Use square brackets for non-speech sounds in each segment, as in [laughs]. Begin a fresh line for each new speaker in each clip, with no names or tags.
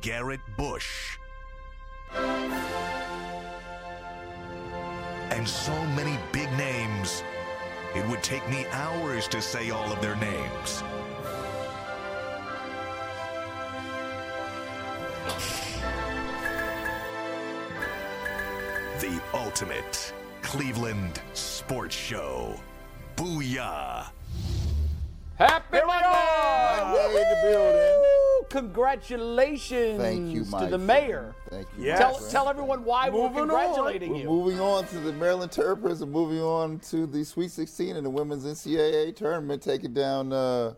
Garrett Bush, and so many big names, it would take me hours to say all of their names. The ultimate Cleveland sports show. Booyah!
Happy
Monday!
Monday!
Monday in the building.
Woo! Congratulations
Thank you,
to
Mike.
the mayor.
Thank you.
Tell,
my friend.
tell everyone why we're
Moving on.
congratulating
We're
you.
moving on to the Maryland Terrapins and moving on to the Sweet 16 in the women's NCAA tournament, taking down uh,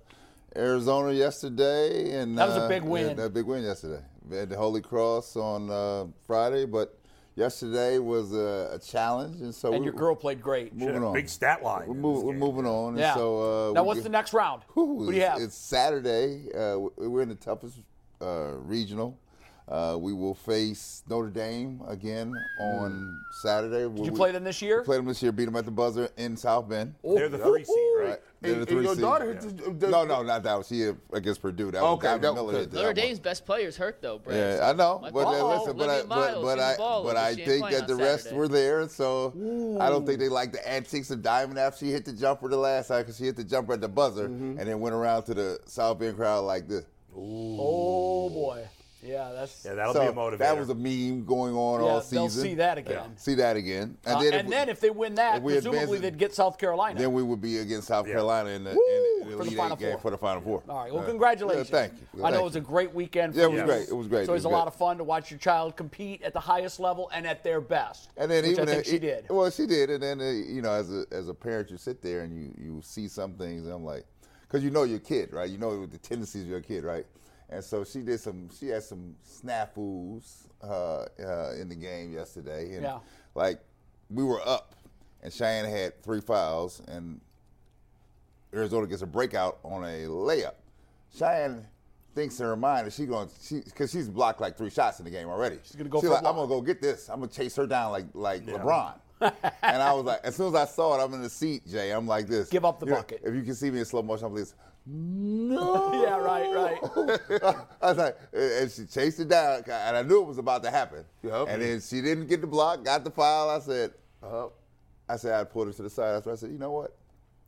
Arizona yesterday, and
That was a
uh,
big
yeah,
win.
that big win yesterday. We had the Holy Cross on uh, Friday, but yesterday was a, a challenge, and so
And
we,
your girl played great.
moving on.
Big stat line.
Oh. We're, mov- we're moving on. and
Yeah.
so, uh,
now,
we
what's
get-
the next round?
Whew,
Who do you
it's-
have?
It's Saturday. Uh, we- we're in the toughest uh, regional. Uh, we will face Notre Dame again on Saturday.
Did you play them this year?
Played them this year. Beat them at the buzzer in South Bend.
They're the three seed, right?
And-
They're the
and
three
your
seed.
daughter hit the- the-
no, no, not that. one. She hit against Purdue. That was
Okay,
Gavin
that-
Miller
okay.
hit that
Notre
one.
Dame's best player is hurt though, Brad.
Yeah, I know,
Like,
but uh,
oh,
listen, but I,
Olivia
but,
Miles
but
hit
I,
the ball
but
over.
I
She ain't
think
playing
that the
on
rest
Saturday.
were there, so I don't think they like the antics of Diamond after she hit the jumper the last time because she hit the jumper at the buzzer
Mm-hmm.
and then went around to the South Bend crowd like this.
Oh, boy. Yeah, that's.
Yeah, that'll
so
be a motivator.
That was a meme going on
yeah,
all season.
they'll see that again.
See that again,
Uh, and
we-
then if they win that,
if we advance
presumably
it-
they'd get South Carolina.
then we would be against South
Yeah.
Carolina in the, in
Woo!
the
For the
Elite Eight
Final
game
Four.
for the Final Four.
All right.
Yeah.
Well,
Yeah,
congratulations.
thank you.
I know
Thank
it was a
you.
great weekend.
Yeah, it
for
was
you.
great. It was great.
So it was a
great.
lot of fun to watch your child compete at the highest level and at their best.
And then
which
even
I think
if-
she did.
Well, she did, and then uh, you know, as a as a parent, you sit there and you you see some things, and I'm like, because you know your kid, right? You know the tendencies of your kid, right? And so she did some. She had some snafus uh, uh, in the game yesterday, and
Yeah.
like we were up, and Cheyenne had three fouls, and Arizona gets a breakout on a layup. Cheyenne thinks in her mind that she's going she because she's blocked like three shots in the game already. She's
gonna go for a
like, I'm
block.
gonna go get this. I'm gonna chase her down like like
[laughs]
LeBron. and I was like, as soon as I saw it, I'm in the seat, Jay. I'm like this.
Give up the
You know,
bucket.
if you can see me in slow motion, I'm like this. No.
Yeah, right,
[laughs]
right.
I was like, and she chased it down, and I knew it was about to happen.
Yep.
And then she didn't get the block, got the foul. I said, uh, I said, I pulled her to the side. That's what I said, you know what?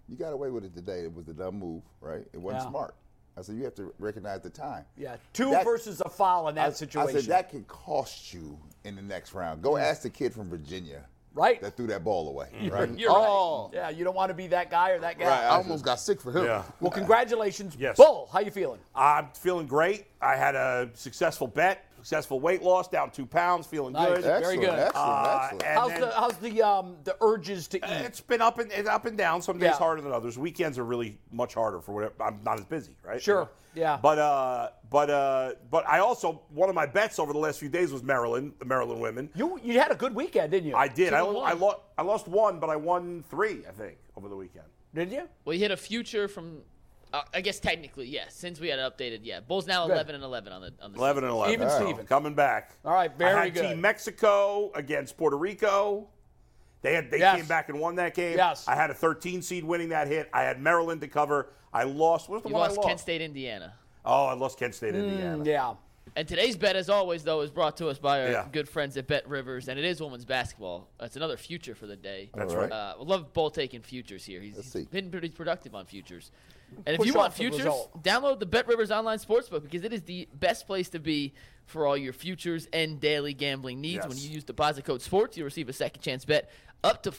You got away with it today. It was the dumb move, right? It wasn't
Yeah.
smart. I said, you have to recognize the time.
Yeah, two
That-
versus a foul in that
I-
situation.
I said, that could cost you in the next round. Go ask the kid from Virginia
Right.
that threw that ball away, right?
You're
Oh.
right. Yeah, you don't want to be that guy or that guy.
Right,
I almost got sick for him.
Yeah.
well, congratulations,
Yes.
Bull. How you feeling?
I'm feeling great. I had a successful bet, successful weight loss, down two pounds, feeling
Nice.
good.
Very
Excellent,
good.
Excellent,
Uh,
excellent.
and
How's
then-
the how's the um the urges to eat?
It's been up and it's up and down. Some days
Yeah.
harder than others. Weekends are really much harder for whatever. I'm not as busy, right?
Sure. Yeah.
But uh, but uh, but I also one of my bets over the last few days was Maryland, the Maryland women.
you you had a good weekend, didn't you?
I did. I,
and
I,
one.
lo- I lost one, but I won three, I think, over the weekend.
Did you?
Well, he hit a future from, uh, I guess technically, yes. Since we had it updated, yeah. Bulls now
Good.
11 and 11 on the on the.
11 and 11.
Even
So,
Steven.
Coming back.
All right, very
I had
good.
Team Mexico against Puerto Rico. They had they
Yes.
came back and won that game.
Yes.
I had a 13 seed winning that hit. I had Maryland to cover. I lost. What was the
You
one I
lost
lost?
Kent State, Indiana.
Oh, I lost Kent State,
Hmm.
Indiana.
Yeah.
And today's bet, as always, though, is brought to us by our
Yeah.
good friends at Bet Rivers, and it is women's basketball. That's another future for the day.
That's right.
Uh, we love Bull taking futures here. He's,
Let's
he's
see.
been pretty productive on futures. And
Push
if you want
off the
futures,
result.
download the Bet Rivers online sportsbook because it is the best place to be for all your futures and daily gambling needs. When
Yes.
you use deposit code SPORTS, you'll receive a second chance bet up to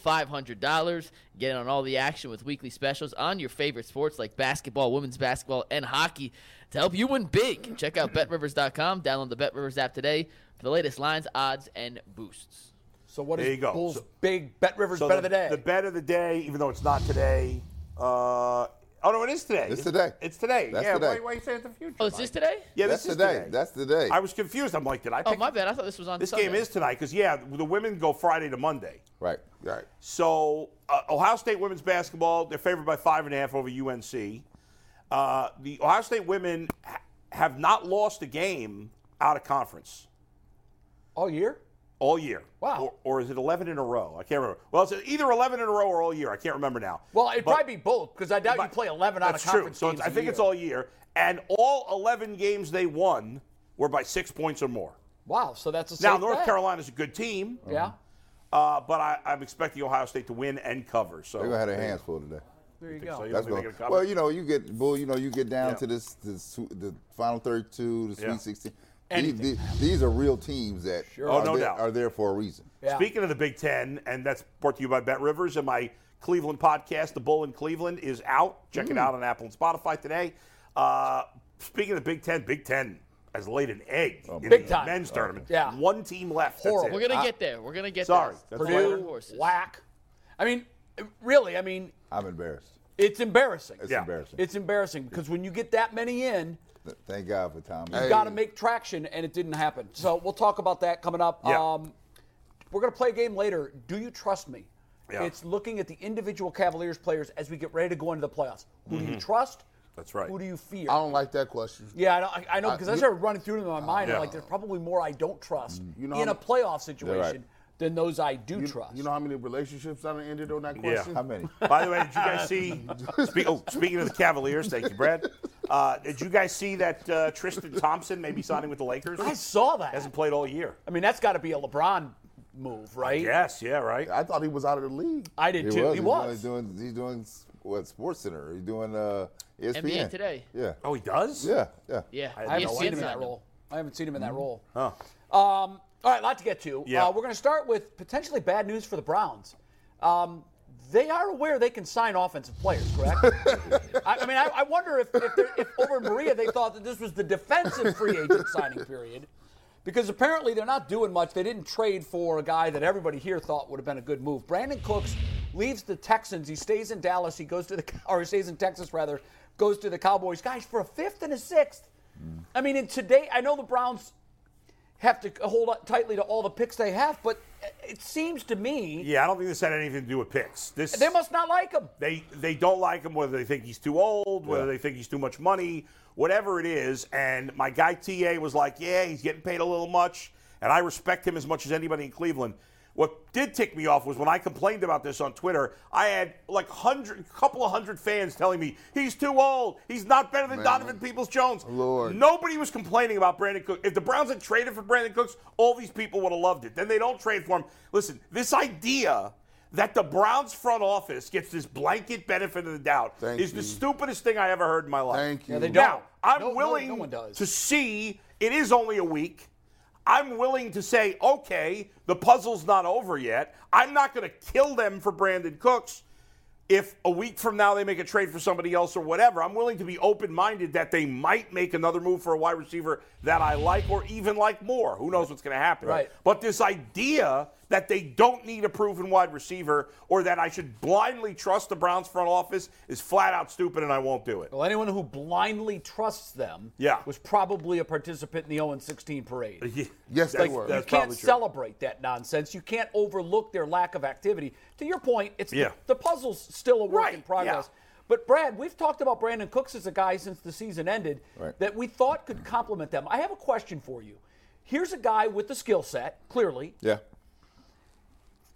$500. Get in on all the action with weekly specials on your favorite sports like basketball, women's basketball, and hockey to help you win big. Check out betrivers.com. Download the BetRivers app today for the latest lines, odds, and boosts.
So what is
There you go.
Bull's
So-
big bet rivers
So
bet of the day?
The bet of the day, even though it's not today, uh, Oh no, it is today.
It's today.
It's today.
That's
yeah. Why,
today.
why are you saying it's the future?
Oh, is this
Mike?
today?
Yeah,
That's
this
the day.
is today.
That's the day.
I was confused. I'm like, did I?
Oh,
pick-
my bad. I thought this was on
This
Sunday.
game is tonight because yeah, the women go Friday to Monday.
Right. Right.
So uh, Ohio State women's basketball, they're favored by five and a half over UNC. Uh, the Ohio State women ha- have not lost a game out of conference
All year?
all year.
Wow.
Or, or is it 11 in a row? I can't remember. Well, it's either 11 in a row or all year. I can't remember now.
Well, it'd
But-
probably be both because I doubt you
but-
play 11 out of
That's
conference
true. So
games
it's, I
a
think it's
year.
all year. And all 11 games they won were by six points or more.
Wow, so that's a
Now,
safe
North
bet.
Carolina's a good team,
Yeah,
uh, but I, I'm expecting Ohio State to win and cover. So
They're gonna have their hands full today.
there Oh, you
Think so,
go.
yeah.
That's
think they're
going.
gonna cover?
Well, you know, you get bull. You know, you get down
Yeah.
to this, this, the final thirty-two, the Sweet
Yeah.
Sixteen.
Anything.
These, these, these are real teams that
Oh,
are,
no
there,
doubt.
are there for a reason.
Yeah.
Speaking of the Big Ten, and that's brought to you by Bet Rivers and my Cleveland podcast, The Bull in Cleveland, is out. Check
Mm.
it out on Apple and Spotify today. Uh, speaking of the Big Ten, Big Ten has laid an egg in
Oh, Big
the
time.
men's tournament.
Yeah.
One team left. That's
Horrible.
it.
We're gonna get there. We're gonna get
Sorry.
[laughs]
there.
That's
Purdue
later.
Purdue,
horses.
whack. I mean, really, I mean,
I'm embarrassed.
it's embarrassing.
It's
Yeah.
embarrassing.
It's embarrassing because when you get that many in,
Th- Thank God for Tom.
you got to make traction, and it didn't happen. So we'll talk about that coming up.
Yeah.
Um, we're going to play a game later. Do you trust me?
Yeah.
It's looking at the individual Cavaliers players as we get ready to go into the playoffs. Who do you trust?
That's right.
Who do you fear?
Mm-hmm. I don't like that question.
yeah, I know- I, I know because I,
you- Uh, Mm.
started running through them in my mind.
Yeah.
I'm like, there's probably more I don't trust
You know
in a
I'm-
playoff situation than those I do
You,
trust.
you know how many relationships I done ended on that question?
How many?
By the way, did you guys see?
[laughs]
Spe- oh, speaking of the Cavaliers, thank you, Brad. Uh, did you guys see that uh, Tristan Thompson may be signing with the Lakers?
I saw that.
Hasn't played all year.
I mean, that's got to be a LeBron move, right?
Yes. Yeah.
[laughs]
Right.
I thought he was out of the league.
I did too. He
He's
was.
doing. He's doing s- what? Sports Center. He's doing uh, ESPN
NBA Today.
Yeah.
Oh, he does.
Yeah. Yeah.
Yeah.
I
I
Yeah,
haven't
no,
seen him in
Signed
that role. I haven't seen him in that role.
Huh.
Um, all right, a lot to get to.
Yeah.
Uh, we're going to start with potentially bad news for the Browns. Um, they are aware they can sign offensive players,
[laughs]
correct? I, I mean, I, I wonder if, if, they're- if over in Berea they thought that this was the defensive free agent signing period, because apparently they're not doing much. They didn't trade for a guy that everybody here thought would have been a good move. Brandon Cooks leaves the Texans. He stays in Dallas. He goes to the [laughs] or he stays in Texas rather. Goes to the Cowboys, guys, for a fifth and a sixth. I mean, in today, I know the Browns have to hold on tightly to all the picks they have, but it seems to me
Yeah. I don't think this had anything to do with picks. This.
they must not like him.
they they don't like him whether they think he's too old whether they think he's too much money whatever it is and my guy ta was like yeah he's getting paid a little much and i respect him as much as anybody in cleveland what did tick me off was when i complained about this on twitter i had like hundred couple of hundred fans telling me he's too old he's not better than donovan peoples jones
Lord.
nobody was complaining about brandon cook if the browns had traded for brandon cooks all these people would have loved it then they don't trade for him listen this idea that the Browns front office gets this blanket benefit of the doubt
Thank
is the
you.
stupidest thing I ever heard in my life.
Thank you.
they don't.
Now, I'm
No- no-
willing
no one does.
to see it is only a week. I'm willing to say, okay, the puzzle's not over yet. I'm not going to kill them for Brandon Cooks if a week from now they make a trade for somebody else or whatever. I'm willing to be open minded that they might make another move for a wide receiver that I like or even like more. Who knows what's going to happen?
Right.
But this idea that they don't need a proven wide receiver or that I should blindly trust the Browns front office is flat out stupid and I won't do
[laughs]
it.
Well, anyone who blindly trusts them
Yeah.
was probably a participant in the 0 16 parade.
[laughs]
Yes, they
That's-
were.
that's
you can't
probably true.
celebrate that nonsense. You can't overlook their lack of activity. To your point, it's
Yeah.
the, the puzzle's still a work
Right,
in progress.
yeah.
But Brad, we've talked about Brandon Cooks as a guy since the season ended
Right.
that we thought could complement them. I have a question for you. Here's a guy with the skill set, clearly,
Yeah.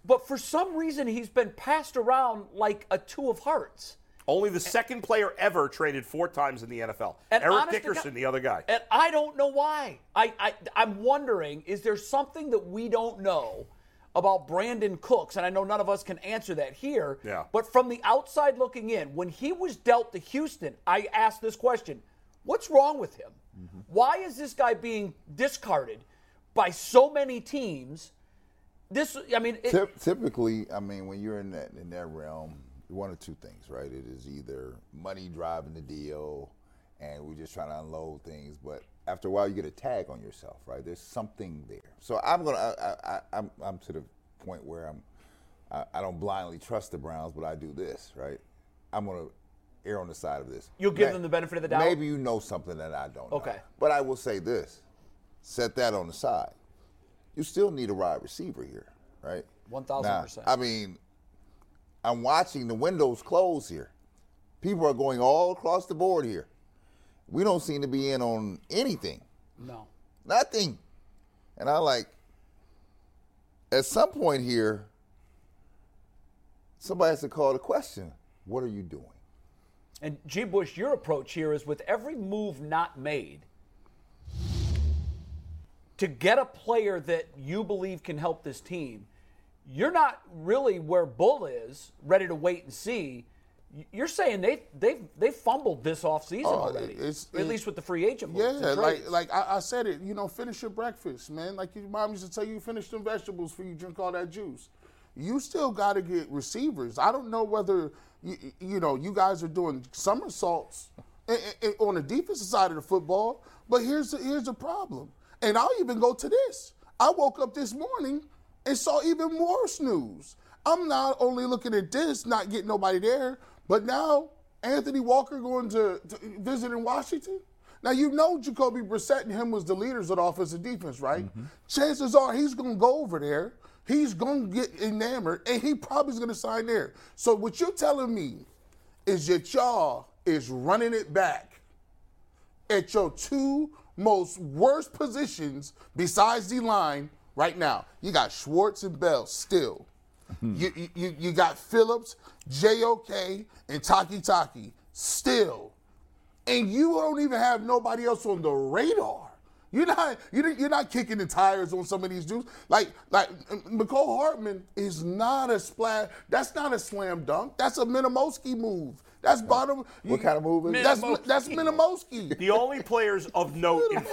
but for some reason he's been passed around like a two of hearts.
Only the second player ever traded four times in the NFL.
And
Eric
honest to
Dickerson,
God-
the other guy.
And I don't know why. I, I I'm wondering, is there something that we don't know about Brandon Cooks? And I know none of us can answer that here.
Yeah.
But from the outside looking in, when he was dealt to Houston, I asked this question: What's wrong with him?
Mm-hmm.
Why is this guy being discarded by so many teams? This, I mean, it,
Typ- typically, I mean, when you're in that in that realm, one of two things, right? It is either money driving the deal, and we're just trying to unload things. But after a while, you get a tag on yourself, right? There's something there. So I'm gonna, I, I, I, I'm, I'm to the point where I'm, I, I don't blindly trust the Browns, but I do this, right? I'm gonna err on the side of this.
You'll give
May-
them the benefit of the doubt?
Maybe you know something that I don't know.
Okay.
But I will say this set that on the side. You still need a wide receiver here, right?
1000%.
Now, I mean, I'm watching the windows close here. People are going all across the board here. We don't seem to be in on anything
No.
nothing. And I like, at some point here, somebody has to call the question, what are you doing?
And G. Bush, your approach here is with every move not made, to get a player that you believe can help this team, you're not really where Bull is, ready to wait and see. Y- You're saying they they they fumbled this offseason
Oh,
already,
it's-
at
it-
least with the free agent. moves
Yeah,
and
like
trades.
like I, I said it. You know, finish your breakfast, man. Like your mom used to tell you, finish them vegetables before you drink all that juice. You still got to get receivers. I don't know whether you, you know you guys are doing somersaults i- i- i- on the defensive side of the football, but here's the, here's the problem. And I'll even go to this. I woke up this morning and saw even more snooze. I'm not only looking at this, not getting nobody there, but now Anthony Walker going to, to visiting Washington. Now you know Jacoby Brissett and him was the leaders of the offense and defense, right? Chances are he's gonna go over there. He's gonna get enamored, and he probably's gonna sign there. So what you're telling me is that y'all is running it back at your two most worst positions besides the line right now. You got Schwartz and Bell still.
Hmm.
you, you- you, you got Phillips, JOK, and Taki Taki still. And you don't even have nobody else on the radar. You're not you didn't- you're not kicking the tires on some of these dudes. Like like Nicole Hartman is not a splash. That's not a slam dunk. That's a Minimowski move. That's bottom.
What kind of move is it?
That's that's Minimowski.
The only players
[laughs]
of note. In,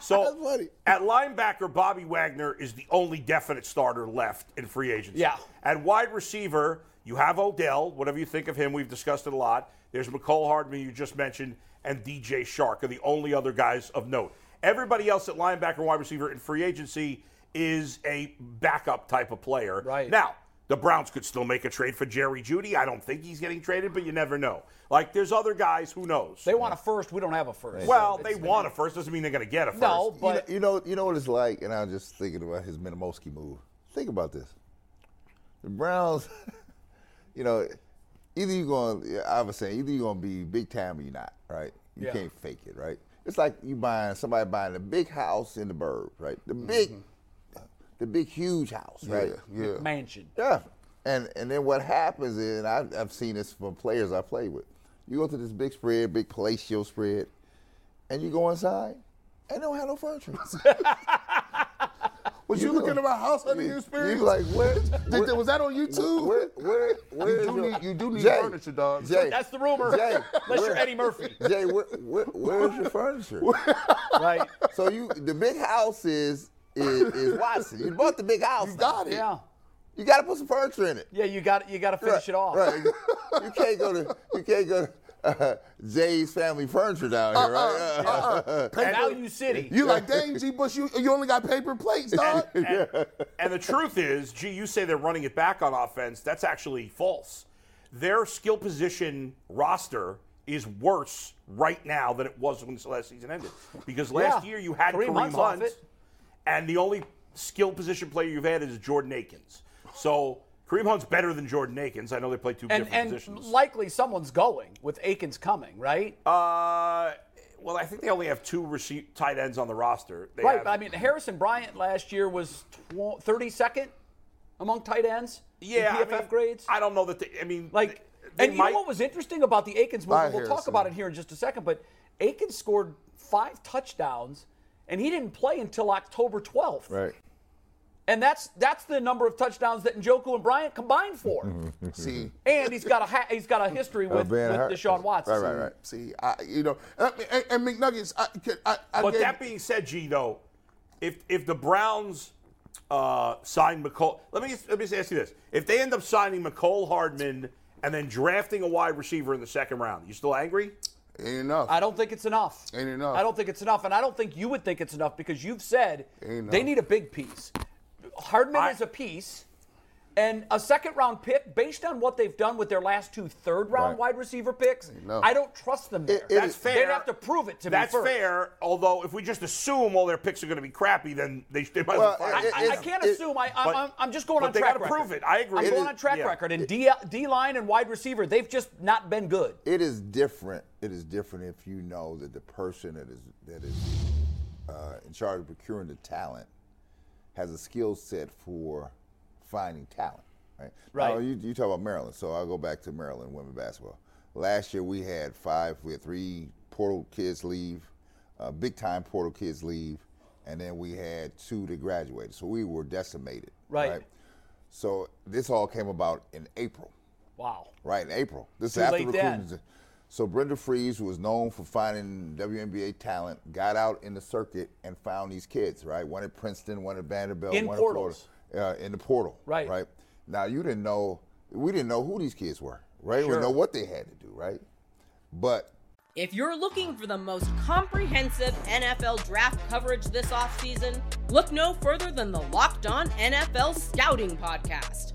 so
That's funny.
at linebacker, Bobby Wagner is the only definite starter left in free agency.
Yeah.
At wide receiver, you have Odell. Whatever you think of him, we've discussed it a lot. There's McCole Hardman you just mentioned, and DJ Shark are the only other guys of note. Everybody else at linebacker, wide receiver, in free agency is a backup type of player.
Right.
now. The Browns could still make a trade for Jerry Judy. I don't think he's getting traded, but you never know. Like, there's other guys. Who knows?
they want a first, we don't have a first.
Well, they want a first. Doesn't mean they're going to get a first.
no,
You know,
but
you know, you know what it's like, and I'm just thinking about his Minimowski move. Think about this. The Browns, [laughs] you know, either you're going to, I was saying, either you're going to be big time or you're not, right? You
Yeah.
can't fake it, right? It's like you buying, somebody buying a big house in the burbs, right? The big, the big, huge house, right?
Yeah.
mansion.
Yeah. And and then what happens is, and I've, I've seen this from players I play with. You go to this big spread, big palatial spread, and you go inside, and they don't have no furniture.
[laughs] Was you,
You
looking
know.
at my house hunting
You-
experience?
you like,
[laughs]
what?
Did- was that on YouTube?
Where, where, where
[laughs] You
is
do
your-
need- you do need
Jay,
furniture, dog.
Jay,
[laughs] That's the rumor.
Jay,
Unless you're
where-
Eddie Murphy,
Jay, where, where, where's your furniture?
right?
so you, the big house is is, is Watson. You bought the big house. You got it.
Yeah,
You got to put some furniture in it.
yeah. You got you got to finish it off.
Right. You can't go to you can't go to uh, Jay's family furniture down here, right?
Uh-uh,
[laughs] Uh,
Value City.
[laughs] You like, dang,
[laughs]
G. Bush, you, you only got paper plates, dog.
And, and the truth is, gee, you say they're running it back on offense. That's actually false. Their skill position roster is worse right now than it was when this last season ended. Because last
Yeah.
year you had
Three
Kareem
months off
Hunt,
it.
and the only skill position player you've had is Jordan Akins. So Kareem Hunt's better than Jordan Akins. I know they play two
and
different
and
positions.
likely someone's going with Aikens coming, right?
uh, well, I think they only have two rece- tight ends on the roster. They
right.
have-
But I mean, Harrison Bryant last year was tw- 32nd among tight ends. in
Yeah, I
PFF
mean,
grades.
I don't know that they. I mean,
like,
they
and you
might-
know what was interesting about the Aikens move?
Bye,
and We'll talk
Harrison.
about it here in just a second. But Aikens scored five touchdowns, and he didn't play until October 12th.
right.
And that's that's the number of touchdowns that Njoku and Bryant combined for.
See,
and he's got a ha- he's got a history with,
Mm-hmm. being
with
hurt.
Deshaun Watson.
Right, right, right.
see, I, you know, and, and, and McNuggets, I, could- I, I
But
gave-
that being said, G though, if if the Browns uh, sign McCall, let me just- let me just ask you this: If they end up signing McCall Hardman and then drafting a wide receiver in the second round, you still angry?
ain't enough.
I don't think it's enough.
Ain't enough.
I don't think it's enough, and I don't think you would think it's enough because you've said
Ain't
they
enough.
need a big piece. Hardman
I-
is a piece, And a second round pick, based on what they've done with their last two third round
Right.
wide receiver picks,
know.
I don't trust them there.
it
That's
is-
fair.
They'd have to prove it to
That's
me first.
fair. Although if we just assume all their picks are going to be crappy, then they, they might
Well,
as well fire.
it-
them.
I, I
it's-
can't
it-
assume. I, I'm,
but-
I'm, I'm just going
but
on
they
track
gotta
record.
prove it. I agree.
I'm
It
going
is-
on track
yeah.
record. And D, D line and wide receiver, they've just not been good.
it is different. It is different if you know that the person that is that is uh, in charge of procuring the talent has a skill set for finding talent. Right. Now,
Right.
you, you talk about Maryland, so I'll go back to Maryland women basketball. Last year we had five, we had three portal kids leave, uh, big time portal kids leave, and then we had two that graduated. So we were decimated.
Right.
So this all came about in April
Wow.
right in April. This
Too
is after
late
recruiting.
then.
So Brenda Fries, who was known for finding WNBA talent, got out in the circuit and found these kids. Right, one at Princeton, one at Vanderbilt,
In
one
portals.
at Florida, uh, in the portal.
Right.
right. Now you didn't know. We didn't know who these kids were. Right, we
Sure.
didn't know what they had to do. Right, but
If you're looking for the most comprehensive NFL draft coverage this offseason, look no further than the Locked On NFL Scouting Podcast.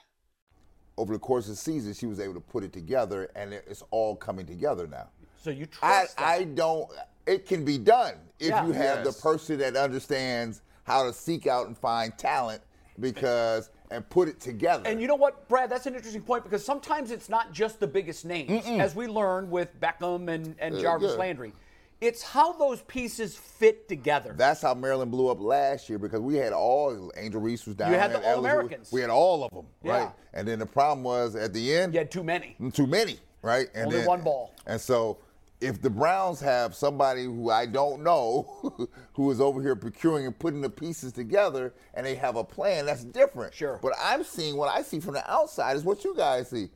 over the course of the season, she was able to put it together, and it- it's all coming together now.
So you
I,
trust them.
I don't. It can be done if
Yeah.
you have
Yes.
the person that understands how to seek out and find talent because and put it together.
And you know what, Brad? That's an interesting point because sometimes it's not just the biggest names, as we learned with Beckham and, and Jarvis
Uh, yeah.
Landry. It's how those pieces fit together.
that's how Maryland blew up last year because we had all Angel Reese was down.
You had
there,
the
Ellis was-
All-Americans.
We had all of them,
Yeah.
right? And then the problem was at the end,
you had too many.
too many, right? And
Only one ball.
And so if the Browns have somebody who I don't know [laughs] who is over here procuring and putting the pieces together and they have a plan, that's different.
Sure.
But I'm seeing what I see from the outside is what you guys see.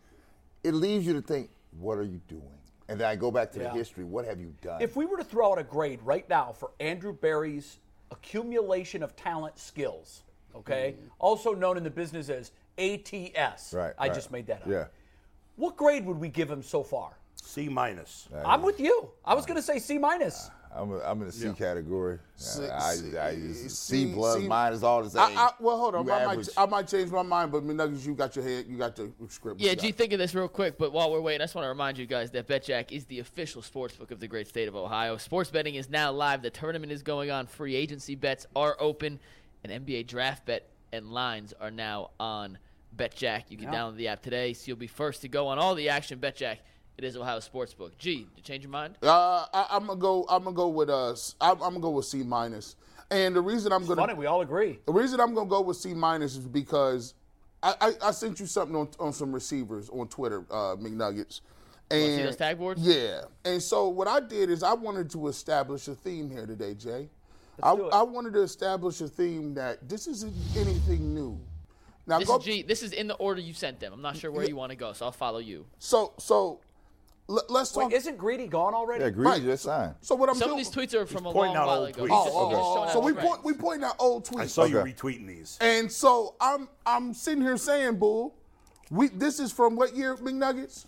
It leaves you to think, what are you doing? And then I go back to
Yeah.
the history. What have you done?
If we were to throw out a grade right now for Andrew Berry's accumulation of talent skills, okay, also known in the business as ATS,
Mm. right.
I
right.
just made that up.
Yeah.
What grade would we give him so far?
C minus.
Uh,
I'm with you. I was going to say C minus.
I'm, a, I'm in the C category.
C-
I, I, I,
C-
C plus,
C-
minus, all the same.
I, I, well, hold on.
You
I might,
average.
I might change my mind, but McNuggets, you got your head. You got the script.
Yeah,
You got
G,
it.
think of this real quick. But while we're waiting, I just want to remind you guys that BetJack is the official sports book of the great state of Ohio. Sports betting is now live. The tournament is going on. Free agency bets are open, and NBA draft bet and lines are now on BetJack. You can download the app today, so you'll be first to go on all the action. BetJack, it is Ohio Sportsbook. G, did you change your mind?
Uh, I, I'm gonna go. I'm gonna go with uh. s- I'm, I'm gonna go with C minus. And the reason I'm gonna
Funny, we all agree.
the reason I'm gonna go with C minus is because I, I, I sent you something on, on some receivers on Twitter, uh, McNuggets. And
see those tag boards?
Yeah. And so what I did is I wanted to establish a theme here today, Jay. I,
do it.
I wanted to establish a theme that this isn't anything new. Now
This
go
is G. This is in the order you sent them. I'm not sure where you want to go, so I'll follow you.
so so l- let's talk.
Wait, isn't Greedy gone already?
yeah, agree.
Right.
Just sign.
so what I'm
Some of
doing?
these tweets are from a long
pointing out
while
old
ago.
tweets.
He's
oh,
just-
oh,
he's just
oh,
showing
so
out
we
his
point we
friends.
pointing out old tweets.
I saw you
Okay.
retweeting these.
And so I'm I'm sitting here saying, Bull, we this is from what year, McNuggets?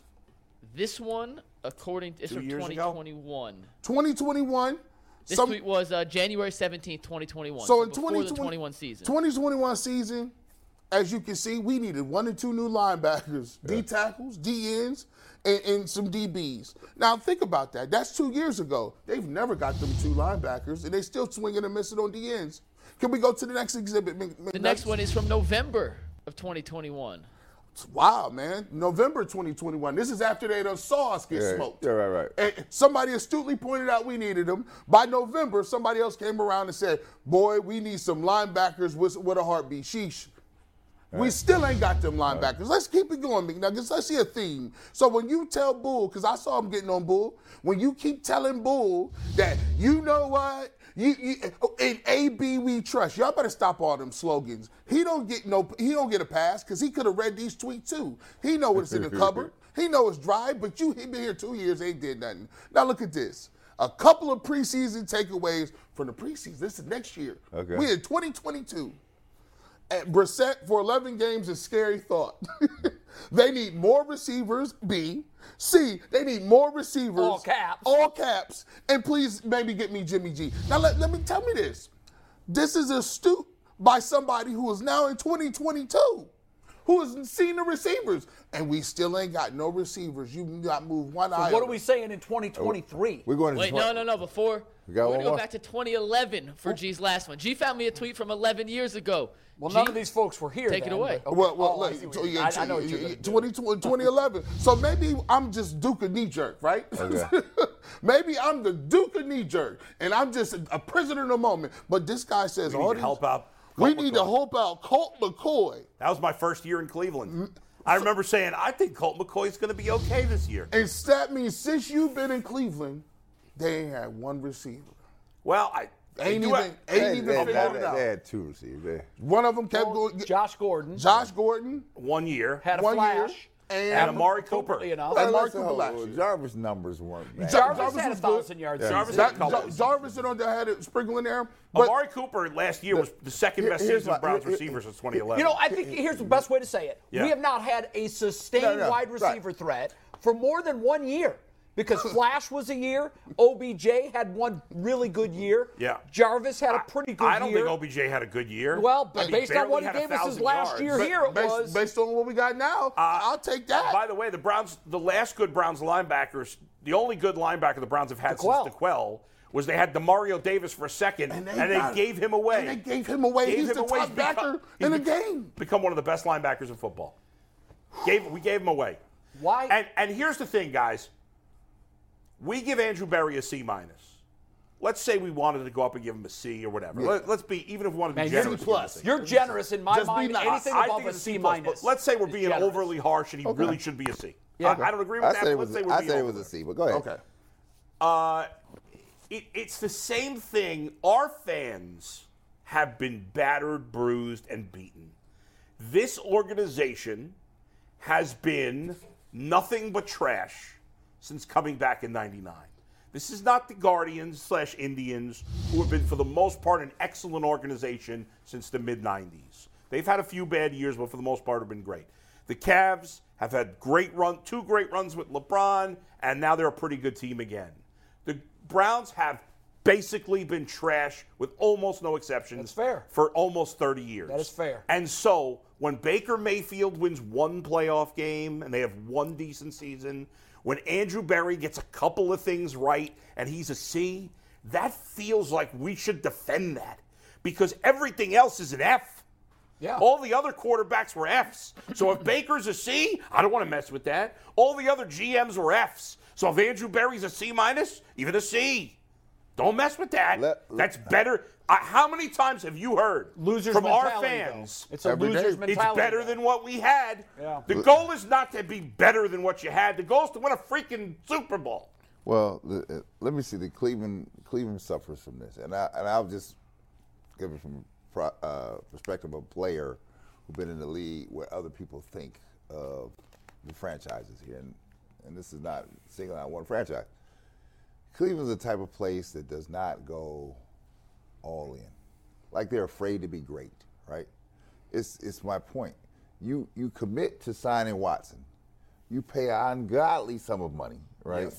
This one, according to, it's from
years ago?
2021.
2021.
This
Some-
tweet was uh, January 17th, 2021.
so in
before
2020
the 21 season.
2021 season, as you can see, we needed one and two new linebackers, D tackles, DNs, and, and some DBs. Now think about that. That's two years ago. They've never got them two linebackers, and they still swinging and missing on DNs. Can we go to the next exhibit? Mc-
the next one is from November of 2021.
Wow, man. November 2021. This is after they done saw us get
Yeah,
smoked.
yeah, right, right.
And somebody astutely pointed out we needed them. By November, somebody else came around and said, boy, we need some linebackers with, with a heartbeat. Sheesh. We still ain't got them linebackers. Let's keep it going, McNuggets. Let's see a theme. So when you tell Bull, because I saw him getting on Bull, when you keep telling Bull that, you know what, You, you oh, in AB we trust. Y'all better stop all them slogans. He don't get no. He don't get a pass because he could have read these tweets too. He know what's in the cupboard. He know it's dry. But you he been here two years. Ain't did nothing. Now look at this. A couple of preseason takeaways from the preseason. This is next year.
Okay.
We in 2022 at Brissett for 11 games is scary thought. [laughs] they need more receivers. B. C. They need more receivers.
All caps.
All caps. And please, maybe get me Jimmy G. Now let, let me tell me this. This is astute by somebody who is now in 2022, who has seen the receivers, and we still ain't got no receivers. You got move one eye.
What are we saying
Uh,
in 2023?
We're going to
Wait,
twen-
no, no, no. Before we
got
are
one
gonna go
more?
back to 2011 for G's last one. G found me a tweet from 11 years ago.
Well,
G,
none of these folks were here.
Take it
then,
away.
but- okay.
Uh, Well, well,
Oh, I
look,
see what
so,
you-
yeah,
I, I know what you're gonna do.
20, 2011. So maybe I'm just Duke of knee jerk, right?
Okay.
[laughs] maybe I'm the Duke of knee jerk, and I'm just a, a prisoner in the moment. But this guy says,
We need
all
to
these-
help out
We
Colt
need to
McCoy.
help out Colt McCoy.
That was my first year in
Mm,
Cleveland. I remember saying, I think Colt McCoy's going to be okay this year.
And that means since you've been in Cleveland, they ain't had one receiver.
Well, I they
Ain't
do
even,
have-
ain't even
They,
figured
they,
it
they- they
out.
had two receivers.
One of them kept going.
Josh Gordon
Josh Gordon
one year.
had a
one year,
flash.
and
and Amari Cooper.
appropriately enough.
And
Hey,
Mark
listen, hold
Kubiak.
on. Jarvis numbers weren't bad.
Jarvis,
Jarvis
had a
was good.
thousand yards.
Yeah.
Jarvis had
Jar-
a
Jar-
couple.
Jarvis and on had it sprinkling there. But
Amari Cooper last year was the second
Here-
best
here's
season
my-
of Browns
here- here-
receivers since 2011.
You know, I think here's the best way to say it.
Yeah.
We have not had a sustained
No, no,
wide
right.
receiver threat for more than one year because Flash was a year, OBJ had one really good year,
Yeah.
Jarvis had a pretty good year.
I don't think OBJ had a good year.
Well, but
I mean,
based on
barely
what he
had a
gave us his
thousand
last
yards.
year
But-
here, it
based,
was.
based on what we got now, I'll take that.
Uh, By the way, the Browns, the last good Browns linebackers, the only good linebacker the Browns have had
DeQuell.
since DeQuell was they had Demario Davis for a second, and they,
got-
gave him away.
And they gave him away.
Gave
He's
him
the
away.
top
He's
backer
become-
in the
he's bec-
game.
Become one of the best linebackers in football. Gave we gave him away.
Why?
And and here's the thing, guys. We give Andrew Berry a C minus. Let's say we wanted to go up and give him a C or whatever. Let, us be even if we wanted to be
you're-
generous.
plus.
give him a C.
You're generous in my
Just be
mind.
nice.
Anything
I
above
think
a
it's a
C
plus,
minus.
But let's say we're
is
being
generous.
overly harsh and he really should be a C. I, I don't agree with
I
that.
said
but
it
let's
was,
say we're
I
being
said it was a
overly-
C, but go ahead.
Okay.
uh, it, it's the same thing. Our fans have been battered, bruised, and beaten. This organization has been nothing but trash since coming back in 99. This is not the Guardians slash Indians, who have been, for the most part, an excellent organization since the mid 90s. They've had a few bad years, but for the most part, have been great. The Cavs have had great run, two great runs with LeBron, and now they're a pretty good team again. The Browns have basically been trash with almost no exceptions
That's fair.
for almost 30 years.
That is fair.
And so when Baker Mayfield wins one playoff game and they have one decent season, when Andrew Berry gets a couple of things right and he's a C, that feels like we should defend that because everything else is an F.
Yeah.
All the other quarterbacks were Fs.
[laughs]
So if Baker's a C, I don't want to mess with that. All the other GMs were Fs. So if Andrew Berry's a C minus, even a C. Don't mess with that.
Let-
That's better. I, how many times have you heard
Losers
from our
mentality, though.
fans?
It's a
Every
loser's
day.
It's
mentality.
better than what we had.
Yeah.
The goal is not to be better than what you had. The goal is to win a freaking Super Bowl.
Well, the, uh, let me see. The Cleveland Cleveland suffers from this, and I and I'll just give it from pro, uh, perspective of a player who's been in the league where other people think of the franchises here, and and this is not singling out one franchise. Cleveland's the type of place that does not go all in, like they're afraid to be great, right? It's it's my point. You you commit to signing Watson, you pay an ungodly sum of money, right?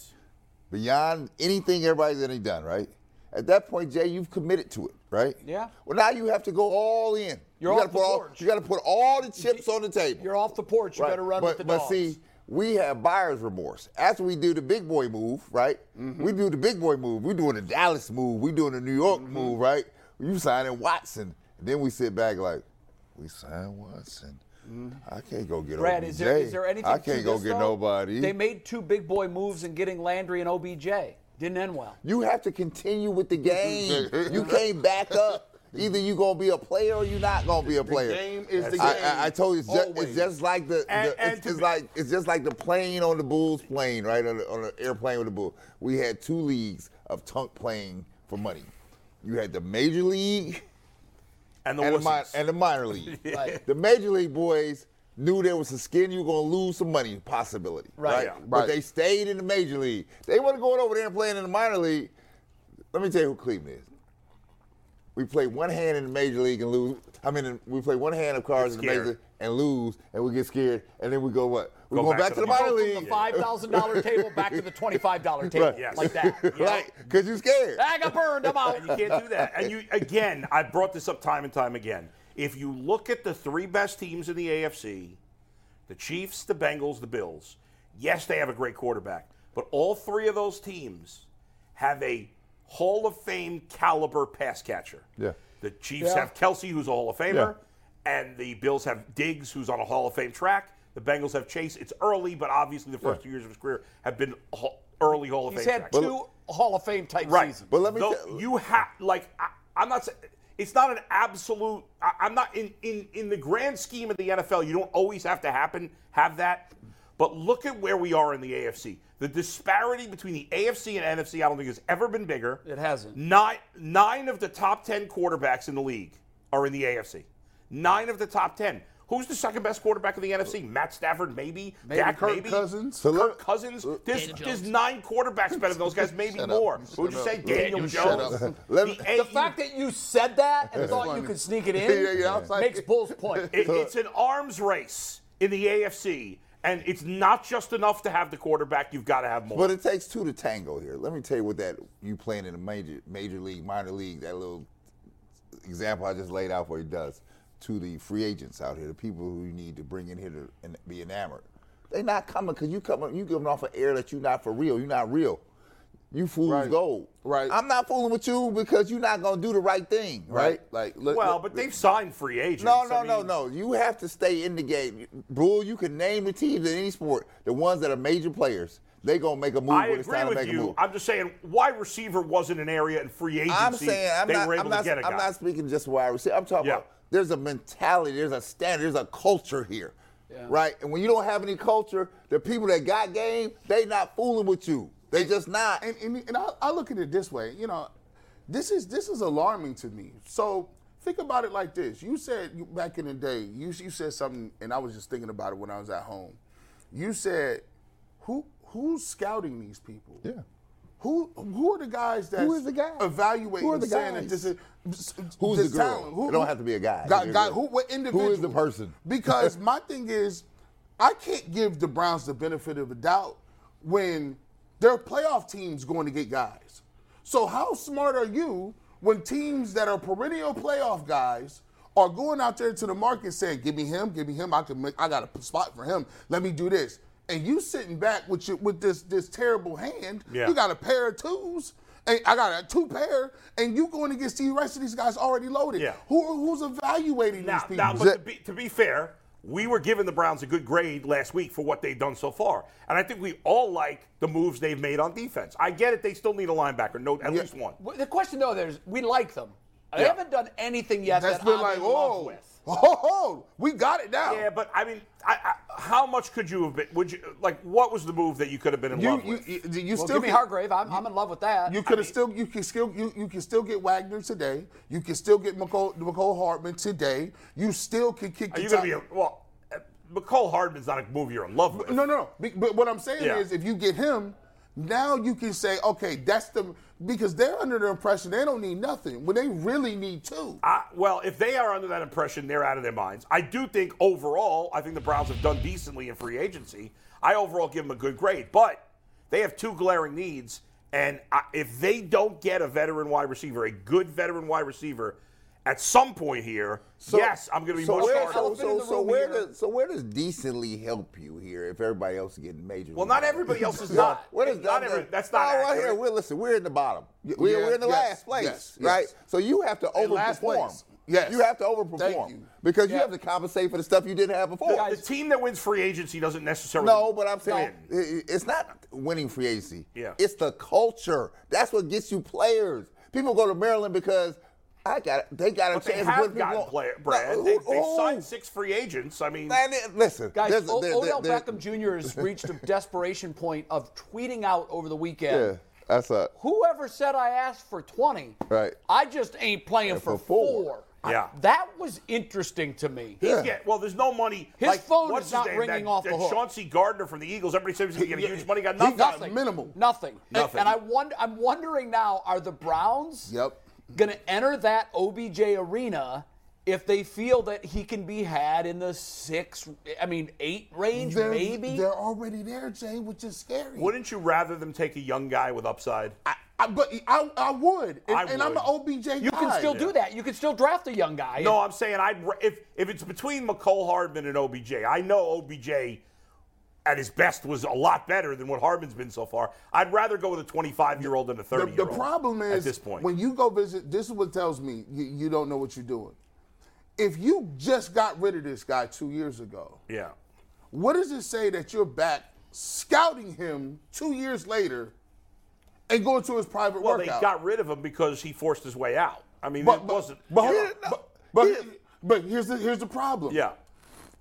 beyond anything everybody's any done, right? At that point, Jay, you've committed to it, right?
Yeah.
Well, now you have to go all in.
You're
you
off
gotta
the
put all,
porch.
You got to put all the chips on the table.
You're off the porch. You
Right.
better run
but,
with the
But
dogs.
see, we have buyer's remorse. After we do the big boy move, right?
Mm-hmm.
We do the big boy move. We're doing the Dallas move. We're doing the New York
Mm-hmm.
move, right? You signing Watson. And then we sit back like, we signed Watson. I can't go get
Mm-hmm. Brad,
OBJ.
is there, is there anything?
I
to
can't go
this,
get
though?
nobody.
They made two big boy moves in getting Landry and OBJ. Didn't end well.
You have to continue with the game. you can't back up. Either you gonna be a player or you're not gonna be a player.
game is the
I,
game.
I, I told you, it's just,
Always.
it's just like the, the-
And- and
it's,
to
it's
be-
like it's just like the plane on the Bulls plane, right? On the, on the airplane with the Bulls. We had two leagues of tunk playing for money. You had the major league
And the
and the,
wussies.
mi- and the minor league. Like, the major league boys knew there was a skin you were going to lose some money possibility. Right.
Yeah.
But
Right.
they stayed in the major league. They weren't going over there and playing in the minor league. Let me tell you who Cleveland is. We play one hand in the major league and lose. I mean, we play one hand of cards in the major
scared.
league and lose, and we get scared, and then we go what? We
Go
go back, to the minor
Go
league.
from the five thousand
[laughs]
dollar table back to the twenty five dollar table,
Right. [laughs]
Yes. Ah.
like that.
Right, because you're scared.
I got burned. I'm out.
and [laughs] you can't do that. And you again, I brought this up time and time again. If you look at the three best teams in the AFC, the Chiefs, the Bengals, the Bills, yes, they have a great quarterback, but all three of those teams have a Hall of Fame caliber pass catcher.
Yeah.
The Chiefs have Kelsey, who's a Hall of Famer, and the Bills have Diggs, who's on a Hall of Fame track. The Bengals have Chase. It's early, but obviously the first two years of his career have been ho- early Hall of
He's
Fame.
had
tracks.
two Hall of Fame type
Right.
seasons.
But let me
Though
tell-
you have like I, I'm not. sa- It's not an absolute. I, I'm not in, in in the grand scheme of the NFL. You don't always have to happen have that. But look at where we are in the AFC. The disparity between the AFC and NFC, I don't think has ever been bigger.
It hasn't.
Nine nine of the top ten quarterbacks in the league are in the AFC. Nine of the top ten. Who's the second best quarterback in the NFC? Matt Stafford, maybe.
Maybe
Dak,
Kirk
maybe.
Cousins.
So let-
Kirk Cousins. There's,
Daniel
there's
Jones.
nine quarterbacks better than
[laughs]
those guys, maybe
Uh, Shut up.
more. Who would you
Shut
say?
up.
Daniel
Daniel, shut
Jones.
up. [laughs] Let me-
eight-
The fact that you said that and thought you
funny.
could sneak it
[laughs]
in
Yeah, yeah, I was like-
makes Bull's
[laughs]
point.
it- it's an arms race in the AFC, and it's not just enough to have the quarterback. You've got to have more.
But it takes two to tango here. Let me tell you what that you playing in a major major league, minor league, that little example I just laid out for you does to the free agents out here, the people who you need to bring in here to and be enamored. They not coming because you coming you giving off an air that you not for real. you not real. You fools
Right.
gold.
Right.
I'm not fooling with you because you're not gonna do the right thing, right?
Like, look,
well, but they've signed free agents.
No,
I
no, no,
mean,
no. You have to stay in the game. Bull, you can name the teams in any sport. The ones that are major players, they gonna make a move
I
when it's
agree
time to
with
make a
you.
move.
I'm just saying, wide receiver wasn't an area in free agency.
I'm saying I'm
they
not.
were able
I'm
to
not,
get a guy.
I'm not speaking just wide receiver. I'm talking
Yeah.
about there's a mentality, there's a standard, there's a culture here, right? And when you don't have any culture, the people that got game, they not fooling with you. They just not.
and and, and I, I look at it this way. You know, this is this is alarming to me. So think about it like this. You said you- back in the day, you you said something, and I was just thinking about it when I was at home. You said, who who's scouting these people? Yeah. Who who are the guys that
Who is the guy?
evaluating
Who are the
saying
guys?
that this is
Who's
this
the girl?
talent? Who,
It don't have to be a guy. It
Guy,
could be a
guy-
girl.
who what
Who is the
individual?
person?
Because my thing is, I can't give the Browns the benefit of the doubt when their playoff team's going to get guys. So how smart are you when teams that are perennial playoff guys are going out there to the market saying, "Give me him, give me him. I can make. I got a spot for him. Let me do this." And you sitting back with your, with this this terrible hand.
Yeah.
You got a pair of twos. And I got a two pair, and you going against the rest of these guys already loaded.
Yeah.
Who, who's evaluating
Now,
these people?
now but to be, to be fair, we were giving the Browns a good grade last week for what they've done so far, and I think we all like the moves they've made on defense. I get it; they still need a linebacker, no, at least one.
Well, The question though, there's we like them. They
Yeah.
haven't done anything yet
That's
that
been
I'm
like,
in love
oh,
with.
oh, oh, we got it now.
Yeah, but I mean, I, I, how much could you have been? Would you like? What was the move that you could have been in
you,
love
you,
with?
you, you
Well,
still
give me
could-
Hargrave. I'm, I'm in love with that.
You could have still, you can still, you, you can still get Wagner today. You can still get McCole, McCole Hartman today. You still can kick.
Are
the
you going
top-
to be a, well? uh, McCall Hardman's not a move you're in love with.
No, no, no. Be- But what I'm saying
Yeah.
is, if you get him, now you can say, okay, that's the because they're under the impression they don't need nothing when they really need two.
I, well, if they are under that impression, they're out of their minds. I do think overall, I think the Browns have done decently in free agency. I overall give them a good grade, but they have two glaring needs, and I, if they don't get a veteran wide receiver, a good veteran wide receiver, at some point here, yes, I'm going to be much
where,
harder.
so,
Elephant in
so,
the
so
room
where
here.
does so where does decently help you here if everybody else is getting major?
well, not everybody else is not.
What is
not
that?
every, That's not.
No, right
accurate.
here. We're listen. We're in the bottom. We're,
yeah,
we're in the
yes,
last place,
yes, yes.
right? So you have to
In last
overperform.
place. Yes.
you have to overperform
Thank you.
because you
Yeah.
have to compensate for the stuff you didn't have before.
the, the team that wins free agency doesn't necessarily.
No, but I'm saying
win.
i- i- it's not winning free agency.
Yeah.
It's the culture. That's what gets you players. People go to Maryland because I got they got a
But they
chance. to
have
win people
gotten
on-
player,
No,
Brad.
who- oh.
they, they've
who?
signed six free agents. I mean,
Man, it- listen,
Guys,
there's a-
o-
there-
Odell
there-
Beckham Jr. has reached a desperation point of tweeting out over the weekend
That's a
Whoever said I asked for 20,
Right.
I just ain't playing
Yeah,
for,
for four.
four.
Yeah.
That was interesting to me.
He's get- well, there's no money.
His
like,
phone
what's
is
his
not
name?
ringing
that,
off the
that
hook.
Chauncey Gardner from the Eagles. Everybody said he was going to get a huge money. Got
He
nothing.
got minimal.
Nothing.
Nothing.
And I wonder, I'm wondering now, are the Browns
Yep.
going to enter that OBJ arena if they feel that he can be had in the six, I mean, eight range,
They're,
maybe?
they're already there, Jay, which is scary.
Wouldn't you rather them take a young guy with upside?
I, I, but I, I would, and,
I
and I'm an OBJ guy.
you can still do that. You can still draft a young guy.
no, I'm saying I'd ra- if if it's between McCole Hardman and OBJ. I know OBJ at his best was a lot better than what Hardman's been so far. I'd rather go with a 25 year old than a 30
The,
year
the
old.
problem is
at this point.
when you go visit. This is what tells me you, you don't know what you're doing. If you just got rid of this guy two years ago,
yeah.
what does it say that you're back scouting him two years later and going to his private
Well, they
workout?
got rid of him because he forced his way out. I mean, it
but, but,
wasn't.
but,
Yeah.
but, but, but here's the here's the problem.
yeah.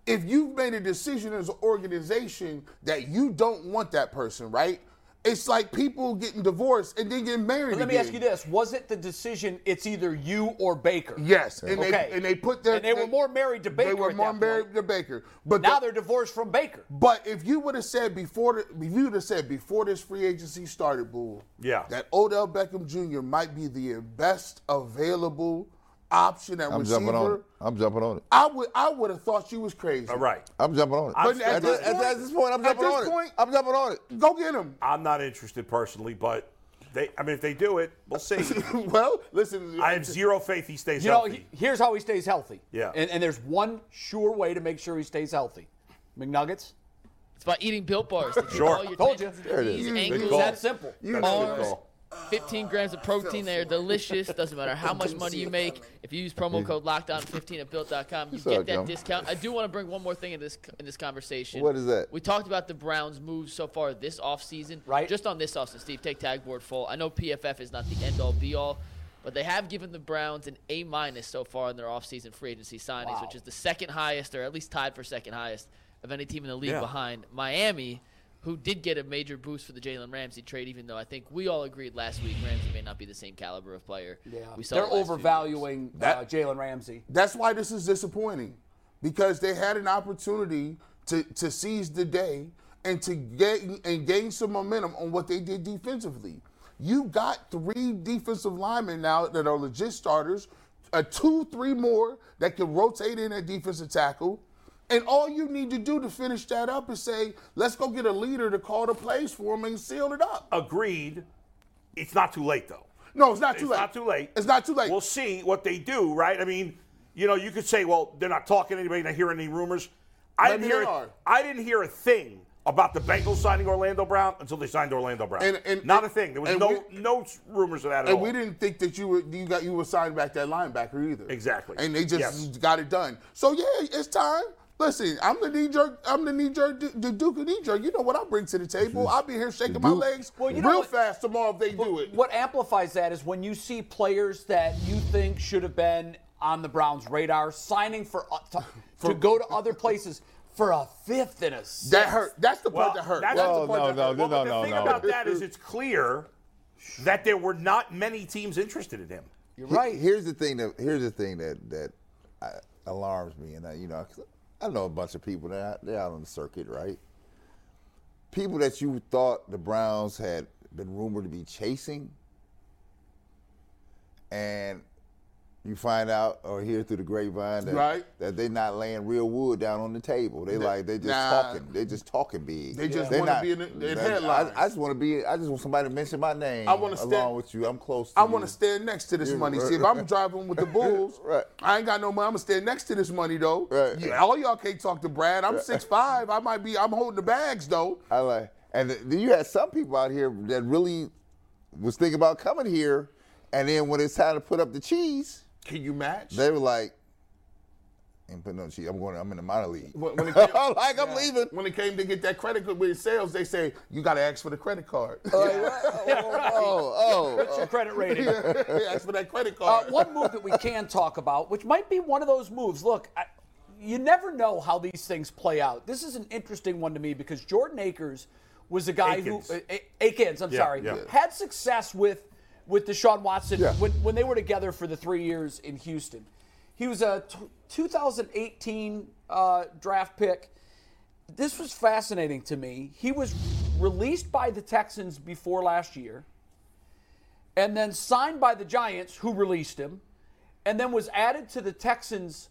if you've made a decision as an organization that you don't want that person, right? It's like people getting divorced and then getting married.
Let me
again.
ask you this: Was it the decision? It's either you or Baker.
Yes, and
Okay.
they and they put their
And they were more married to Baker
They were
at
more
that
married
point.
to Baker, but
Now
the-
they're divorced from Baker.
But if you would have said before, the, if you would have said before this free agency started, Bull,
Yeah.
that Odell Beckham Jr. might be the best available option at
I'm
receiver.
jumping on it. I'm jumping on it.
I would I would have thought you was crazy.
All right.
I'm jumping on it.
But
at,
at
this,
this
at,
point-
at this point, I'm
at
jumping
this
on it.
point-
I'm jumping on it.
go get him. [laughs]
I'm not interested personally, but they. I mean, if they do it,
[laughs]
we'll see.
well, listen,
I have zero faith he stays
You know,
healthy.
he, here's how he stays healthy.
Yeah.
And, and there's one sure way to make sure he stays healthy. McNuggets.
It's by eating built bars. to keep
Sure.
all your
Told
tendons,
you.
There it
knees,
is. Good
ankles,
call.
That simple.
you
That's a good
know,
call.
15 grams of protein. They are delicious. Doesn't matter how much money you make. If you use promo code LOCKDOWN15 at built.com, you
It's all
get
right, Joe.
that discount. I do want to bring one more thing in this in this conversation.
What is that?
We talked about the Browns' moves so far this offseason.
Right.
Just on this offseason, Steve, take tag board full. I know PFF is not the end all be all, but they have given the Browns an A minus so far in their offseason free agency signings, which is the second highest, or at least tied for second highest, of any team in the league
Yeah.
behind Miami, who did get a major boost for the Jalen Ramsey trade, even though I think we all agreed last week Ramsey may not be the same caliber of player. we saw
They're
the last few years.
overvaluing uh,
That-
Jalen Ramsey.
that's why this is disappointing because they had an opportunity to, to seize the day and to get and gain some momentum on what they did defensively. You got three defensive linemen now that are legit starters, a two, three more that can rotate in at defensive tackle. And all you need to do to finish that up is say, let's go get a leader to call the plays for him and seal it up.
Agreed. It's not too late though.
No, it's not
It's
too late.
not too late.
It's not too late.
We'll see what they do, right? I mean, you know, you could say, well, they're not talking to anybody, not hearing any rumors. I
Maybe
didn't hear.
they are.
I didn't hear a thing about the Bengals signing Orlando Brown until they signed Orlando Brown.
And- and-
not
and-
a thing. There was
and
no
we-
no rumors of that at
And
all.
we didn't think that you were you got you were signed back that linebacker either.
Exactly.
And they just
Yes.
got it done. So yeah, it's time. Listen, I'm the knee jerk. I'm the knee jerk. du- The Duke of knee jerk. You know what I bring to the table? I'll be here shaking my
Duke.
legs
Well, you know
real
what-
fast tomorrow if they do it.
What amplifies that is when you see players that you think should have been on the Browns' radar signing for, uh, to, to go to other places for a fifth and a sixth.
That hurt. That's the
Well,
part that hurt.
That's
Well,
the part
no,
that
no,
hurt.
no,
Well, but
no,
the thing
no.
about that is it's clear that there were not many teams interested in him.
You're
He-
right.
Here's the thing that here's the thing that that uh, alarms me, and I, you know, 'cause I know a bunch of people that out- they're out on the circuit, right? People that you thought the Browns had been rumored to be chasing, and you find out or hear through the grapevine that
Right.
that they're not laying real wood down on the table. They like they just
nah.
talking. They just talking big.
They just
They're
wanna
not-
be in the- in
that-
headlines.
I, I just want to be. I just want somebody to mention my name.
I wanna
along
stand-
with you. I'm close. To
I
you.
want to stand next to this
Yeah,
money.
right.
See, if I'm driving
[laughs]
with the Bulls,
Right.
I ain't got no money. I'm gonna stand next to this money though.
Right.
Yeah, all y'all can't talk to Brad. I'm six five. I might be. I'm holding the bags though.
I like, and th- then you had some people out here that really was thinking about coming here, and then when it's time to put up the cheese,
Can you match?
they were like, "Ain't putting no cheese. I'm going. I'm in the minor league.
When-
[laughs]
when it came-
like I'm leaving."
When it came to get that credit card with sales, they say you got to ask for the credit card. [laughs]
Like, oh, oh, oh,
What's your credit rating?
ask for that credit
Uh,
card.
one move that we can talk about, which might be one of those moves. Look, I, you never know how these things play out. This is an interesting one to me because Jordan Akers was a guy
Akins.
who uh, A- Akins, I'm
Yeah,
sorry,
yeah.
had success with with Deshaun Watson
Yeah.
when when they were together for the three years in Houston. He was a t- 2018 uh, draft pick. This was fascinating to me. He was released by the Texans before last year, and then signed by the Giants, who released him, and then was added to the Texans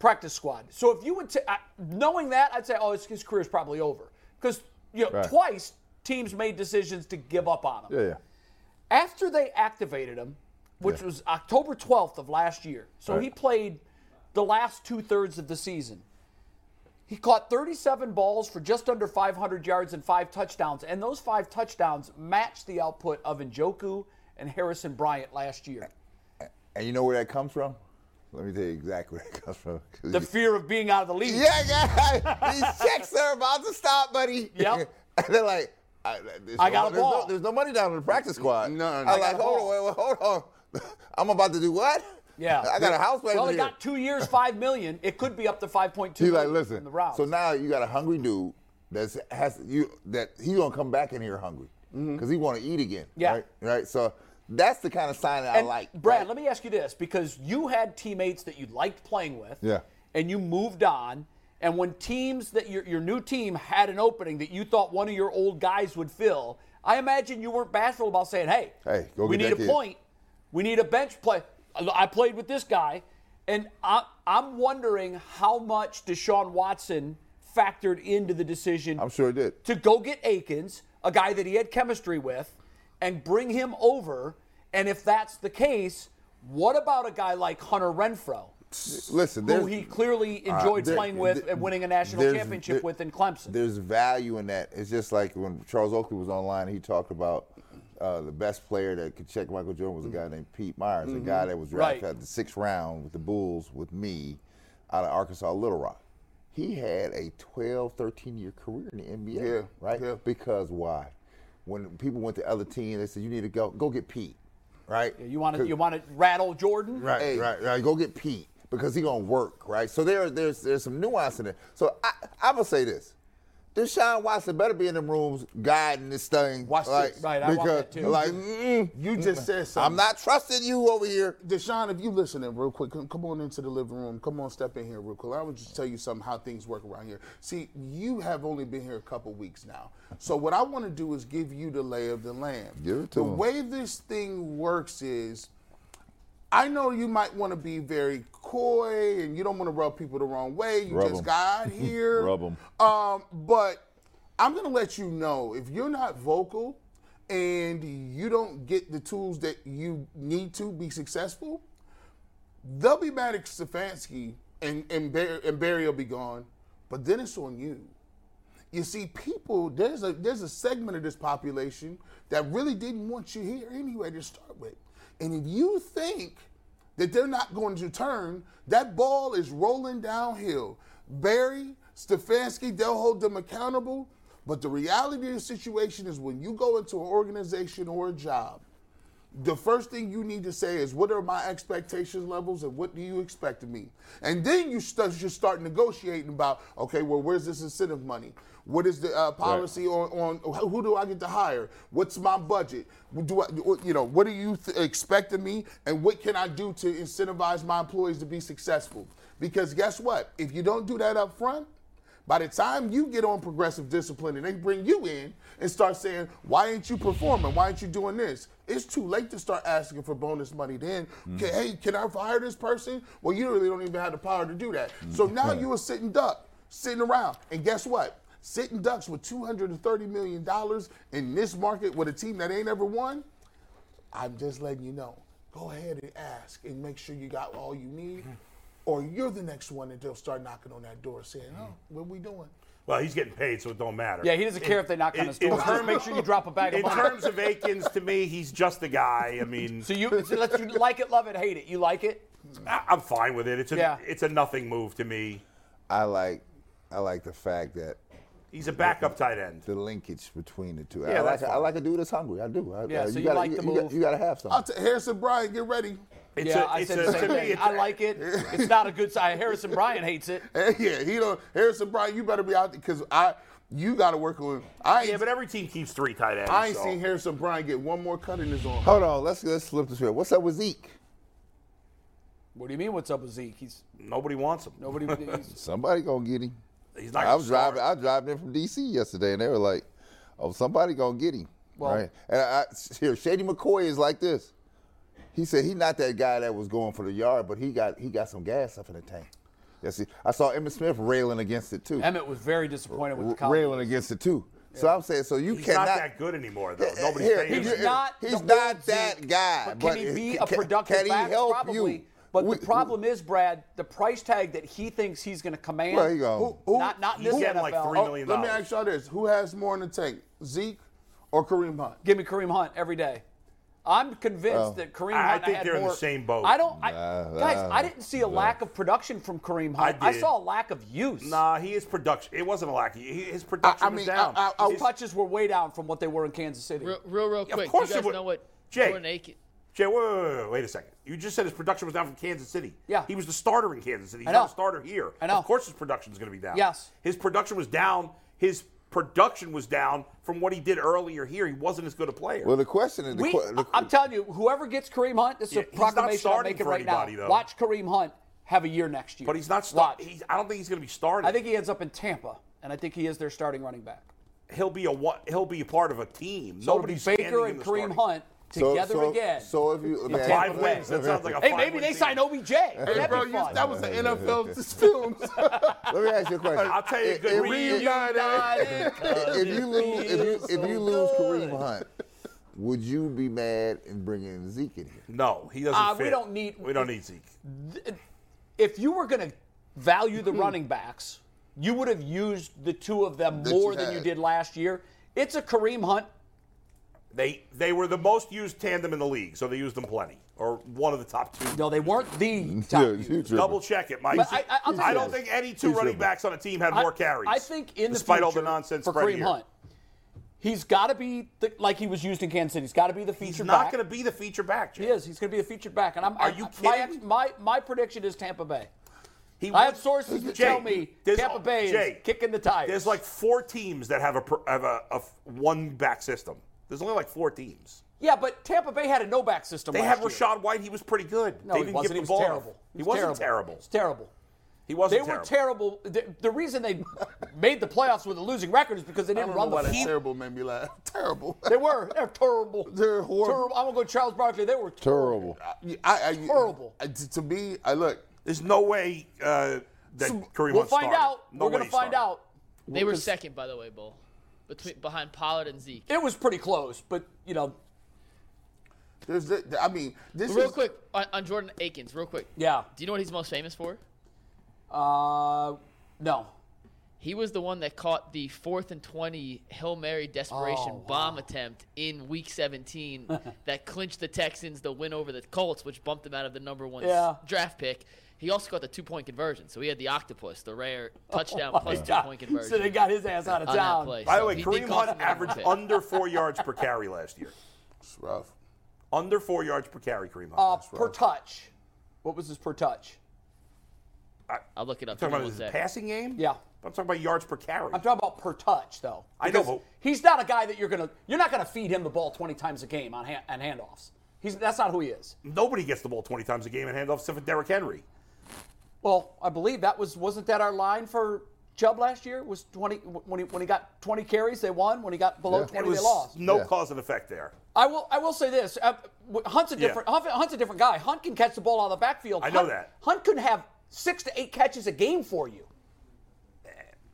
practice squad. So if you would, t- I, knowing that, I'd say, oh, his, his career's probably over because you know
Right.
twice teams made decisions to give up on him.
Yeah, yeah.
After they activated him, which
Yeah.
was October 12th of last year, so
Right.
he played the last two thirds of the season. He caught 37 balls for just under 500 yards and five touchdowns, and those five touchdowns matched the output of Njoku and Harrison Bryant last year.
And you know where that comes from? Let me tell you exactly [laughs] where it comes from. 'Cause
The
you-
fear of being out of the
[laughs]
league.
Yeah, yeah. These checks are about to stop, buddy.
Yep.
[laughs] and they're like, I, there's
I
no-
got a
there's
ball.
No, there's no money down in the practice squad.
No, no, no.
I'm
I got
like,
a
hold
ball.
on, wait, wait, hold on. I'm about to do what?
Yeah.
[laughs] I got a house payment
Well, he
here.
got two years, five million. It could be up to 5.2
He's
million
like,
in
listen.
the round.
So now you got a hungry dude that's has you that he gonna come back in here hungry because he want to eat again.
Mm-hmm. Yeah.
Right. Right. So that's the kind of sign that
and
I like.
Brad,
right?
let me ask you this because you had teammates that you liked playing with.
Yeah.
And you moved on. And when teams that your, your new team had an opening that you thought one of your old guys would fill, I imagine you weren't bashful about saying, hey,
Hey, go
we
get
need
that
a
kid."
point. We need a bench play. I I played with this guy. And I, I'm wondering how much Deshaun Watson factored into the decision
I'm sure it did.
to go get Akins, a guy that he had chemistry with, and bring him over. And if that's the case, what about a guy like Hunter Renfro,
Listen,
who
there's-
he clearly
Uh,
enjoyed
there-
playing with
there-
and winning a national
there's-
championship
there-
with in Clemson?
There's value in that. It's just like when Charles Oakley was online, he talked about uh, the best player that could check Michael Jordan was a guy named Pete Myers, a guy that was drafted
Mm-hmm. Right.
at the sixth round with the Bulls with me out of Arkansas Little Rock. He had a 12, 13 year career in the NBA,
Yeah,
right?
yeah.
Because why? When people went to other teams, they said, you need to go, go get Pete, right?
you want to you want to rattle Jordan?
Right, right, right. Go get Pete because he gonna work, right? So there, there's there's some nuance in it. So I, I'm gonna say this: Deshaun Watson better be in them rooms guiding this thing.
Watch
like,
this.
Right, I want that too.
Like, mm,
Mm-hmm. You just said something.
I'm not trusting you over here.
Deshaun, if you listening real quick, come come on into the living room. Come on, step in here real quick. I would just tell you something how things work around here. See, you have only been here a couple weeks now, so what I want to do is give you the lay of the land.
Give it to
The
him.
way this thing works is, I know you might want to be very coy and you don't want to rub people the wrong way. You
Rub
just
'em.
got here.
Rub 'em.
Um, but I'm going to let you know if you're not vocal and you don't get the tools that you need to be successful, they'll be mad at Stefanski and, and, Bar- and Barry will be gone. But then it's on you. You see, people, there's a there's a segment of this population that really didn't want you here anyway to start with. And if you think that they're not going to turn, that ball is rolling downhill. Barry, Stefanski, they'll hold them accountable. But the reality of the situation is when you go into an organization or a job, the first thing you need to say is what are my expectations levels and what do you expect of me and then you start you start negotiating about okay well where's this incentive money what is the uh, policy on, on who do i get to hire what's my budget do i you know what do you th- expect of me and what can i do to incentivize my employees to be successful because guess what if you don't do that up front by the time you get on progressive discipline and they bring you in and start saying, why ain't you performing? Why ain't you doing this? It's too late to start asking for bonus money then. "Ca- Hey, can I fire this person? Well, you really don't even have the power to do that. So now you are sitting duck, sitting around. And guess what? Sitting ducks with $230 million in this market with a team that ain't ever won. I'm just letting you know. Go ahead and ask and make sure you got all you need, or you're the next one that they'll start knocking on that door saying, "Oh, what we doing?"
Well, he's getting paid, so it don't matter.
Yeah, he doesn't care if they knock on
in-
his
in
door. Just
terms-
make
[laughs]
sure you drop a bag of
In
money.
terms of Akins, to me, he's just the guy. I mean,
so you so let's you like it, love it, hate it. You like it?
I- I'm fine with it. It's a
Yeah.
it's a nothing move to me.
I like, I like the fact that
He's a backup tight end.
the linkage between the two.
Yeah,
I like,
that's
I
fine.
like a dude that's hungry. I do. I,
Yeah, so you
gotta,
like
You,
the move.
got, you gotta have something.
I'll t- Harrison Bryant, get ready. [laughs]
It's
yeah,
a,
I
it's
said
a,
the same
to me,
thing.
it's
I
a-
like it. It's not a good sign. Harrison Bryant hates it.
Hey, yeah, he don't. Harrison Bryant, you better be out because I. You got to work on. I ain't,
Yeah, but every team keeps three tight ends.
I ain't
so.
seen Harrison Bryant get one more cut in his arm.
Hold on, let's let's slip this here. What's up with Zeke?
What do you mean? What's up with Zeke? He's
Nobody wants him.
nobody. He's,
Somebody gonna get him.
He's not.
I was
gonna start.
driving. I was driving in from DC yesterday, and they were like, "Oh, somebody gonna get him."
Well-
right? And I, I- here, Shady McCoy is like this. He said he's not that guy that was going for the yard, but he got he got some gas up in the tank. Yeah, see, I saw Emmett Smith railing against it too.
Emmett was very disappointed with the
R-
Cowboys.
railing against it too. So I'm saying, so you
He's
cannot.
not that good anymore, though.
Uh,
Nobody's
here,
paying
He's
him.
you-
not the
He's
old
not
Zeke,
that guy.
But can he be a
can-
productive
can he
back?
help
Probably.
you?
But
We-
the problem is, Brad, the price tag that he thinks he's going to command.
Well, you go.
Who- who-
Not, not in
He's
this
getting
NFL.
like three
Oh,
million.
let me ask y'all this: Who has more in the tank, Zeke or Kareem Hunt?
Give me Kareem Hunt every day. I'm convinced that Kareem
I- I
Hunt.
think
had
they're in the
more-
same boat.
I don't, I,
Nah,
guys.
nah,
I didn't see a lack of production from Kareem Hunt.
I
I,
did.
saw a lack of use.
Nah, he is production. It wasn't a lack. He- His production
I
was
mean,
down.
I- I- I-
Oh.
His touches were way down from what they were in Kansas City.
Real, real, real quick.
course
you
it
guys
would-
know what
Jay.
Jordan Aiken?
Jay, wait, wait, wait, wait, wait a second. You just said his production was down from Kansas City.
Yeah.
He was the starter in Kansas City. He's
I know.
not a starter here.
I know.
Of course his production's going to be down.
Yes.
His production was down. His production was down from what he did earlier here. He wasn't as good a player.
Well, the question is, the,
We,
que- the-
I'm telling you, whoever gets Kareem Hunt, this is
Yeah,
a
he's not
proclamation I'm
starting
making
for
right now.
anybody, though.
Watch Kareem Hunt have a year next year.
but he's not
Watch.
starting. I don't think he's going to be starting.
I think he ends up in Tampa, and I think he is their starting running back.
he'll be a one- he'll be a part of a team.
So it'll be
Nobody's standing
Baker
him
and
as
Kareem
starting.
Hunt together
so,
again.
So if you man,
Tampa
Five
Bay.
wins. That sounds like a
hey,
five
maybe
win
they
team.
sign OBJ.
Hey,
That'd
bro,
be
you-
fun.
that was
[laughs]
the NFL films.
let me ask you a question.
I'll tell you a good
If- if-
reason.
if- [laughs] Uh, if you lose, if you if you lose Kareem Hunt, would you be mad and bringing Zeke in here?
No, he doesn't
Uh, we
fit.
don't need-
We don't need Zeke.
if you were going to value
Hmm.
the running backs, you would have used the two of them
That you
more than you
had.
did last year. It's a Kareem Hunt.
They they were the most used tandem in the league, so they used them plenty, or one of the top two.
No, they weren't the
[laughs]
top.
Yeah,
users.
you tripping.
Double check it, Mike.
But I- I- I'll tell you
don't
this.
think any two
He's
running
dribbling.
backs on a team had more carries.
I think in
despite
the future,
all the nonsense
for
spread
Kareem
here.
Hunt, he's got to be the, like he was used in Kansas City. He's got to be the featured
He's not
back.
going to be the feature back. Jay.
He is. He's going to be the featured back. And I'm.
Are
I-
you
my,
kidding?
ex- my my prediction is Tampa Bay.
He
I have
was-
sources that
Jay,
tell me
there's-
Tampa Bay
Jay,
is kicking the tires.
There's like four teams that have a pr- have a, a f- one back system. There's only like four teams.
yeah, but Tampa Bay had a no back system.
They had
last year.
Rashad White. He was pretty good.
No,
they
he
didn't
wasn't.
give
He
the
was
ball.
terrible.
He wasn't
He
terrible.
was terrible.
He wasn't
They were terrible. The, the reason they made the playoffs with a losing record is because they
I don't
didn't
know
run the
why that
ball.
terrible made me laugh. [laughs]
[laughs]
Terrible.
They were. They're terrible.
They're horrible.
Terrible. I'm gonna go Charles Barkley. They were
Terrible.
I, I, I-
Horrible.
I- to, to me, I look.
There's no way uh, that Kareem
We'll
Hunt
find
started.
out.
No
we're
way
gonna
he
find
started.
out.
They were second, by the way, Bull, between behind Pollard and Zeke.
It was pretty close, but you know,
There's, the, I mean, this
Real
is
quick on, on Jordan Aikens, real quick.
yeah.
Do you know what he's most famous for?
Uh, no.
He was the one that caught the fourth and twenty Hail Mary desperation
Oh,
bomb attempt in
[laughs]
Week 17 that clinched the Texans the win over the Colts, which bumped them out of the number one s-
Yeah.
draft pick. He also got the two point conversion, so he had the octopus,
[laughs]
the rare touchdown plus two point conversion.
Oh So they got his ass out of
on that
town.
play.
By the
So
way,
he did
Kareem
cost them
Hunt
[laughs]
the number
averaged
pick.
under four yards per carry last year.
It's rough.
Under four yards per carry, Kareem Hunt.
Uh, per touch. What was his per touch?
I'll look it up.
I'm
Give
talking
me
about
one
his
sec.
passing game.
Yeah.
I'm talking about yards per carry.
I'm talking about per touch, though.
I know,
Because
but-
he's not a guy that you're gonna. You're not gonna feed him the ball 20 times a game on, hand, on handoffs. He's that's not who he is.
Nobody gets the ball 20 times a game and handoff except for Derrick Henry.
Well, I believe that was wasn't that our line for Chubb last year? Was 20 when he when he got 20 carries they won. When he got below
Yeah.
It
20
was
they lost.
no
Yeah.
cause and effect there.
I will I will say this. Uh, w- Hunt's a
Yeah.
different Hunt, Hunt's a different guy. Hunt can catch the ball out of the backfield.
I know
Hunt-
that.
Hunt could have six to eight catches a game for you.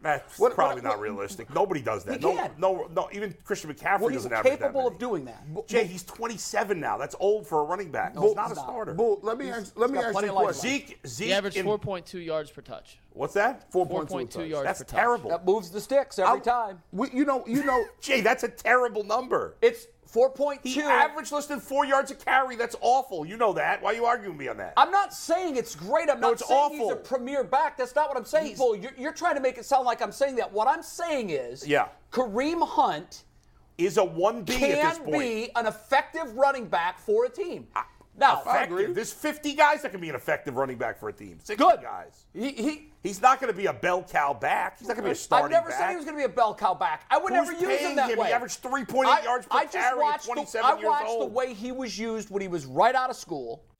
That's
What-
probably
what-
not
what-
realistic. Nobody does that.
He
no,
can.
no, no. Even Christian McCaffrey
he's
doesn't average that
capable
many.
of doing that.
Jay, he's 27 now. That's old for a running back. he's not
he's
a
not.
starter.
Bull, let me ask, let me
got
ask
plenty
you a
of life
question.
Zeke, Zeke.
He averaged
in-
4.2 yards per touch.
What's that?
4.2
touch.
yards
That's
per touch.
terrible.
That moves the sticks every time.
We, you know, you know,
Jay, that's a terrible number.
It's 4.2.
He averaged less than four yards a carry. That's awful. You know that. Why are you arguing with me on that?
I'm not saying it's great. I'm
No,
not
it's
saying he's a
awful.
premier back. That's not what I'm saying,
He's-
Bull. You're, you're trying to make it sound like I'm saying that. What I'm saying is,
Yeah.
Kareem Hunt
Is a one B at this
can
point.
be an effective running back for a team. Now,
Effective. There's 50 guys that can be an effective running back for a team. 60
Good.
guys.
he, he,
He's not going to be a bell cow back. He's not going to be a starting
I've never
back.
said he was going to be a bell cow back. I would
Who's
never use him
paying
that
him?
way.
He averaged 3.8 yards per
I just
carry at
watched the-
27
I
years
watched the
old.
way he was used when he was right out of school.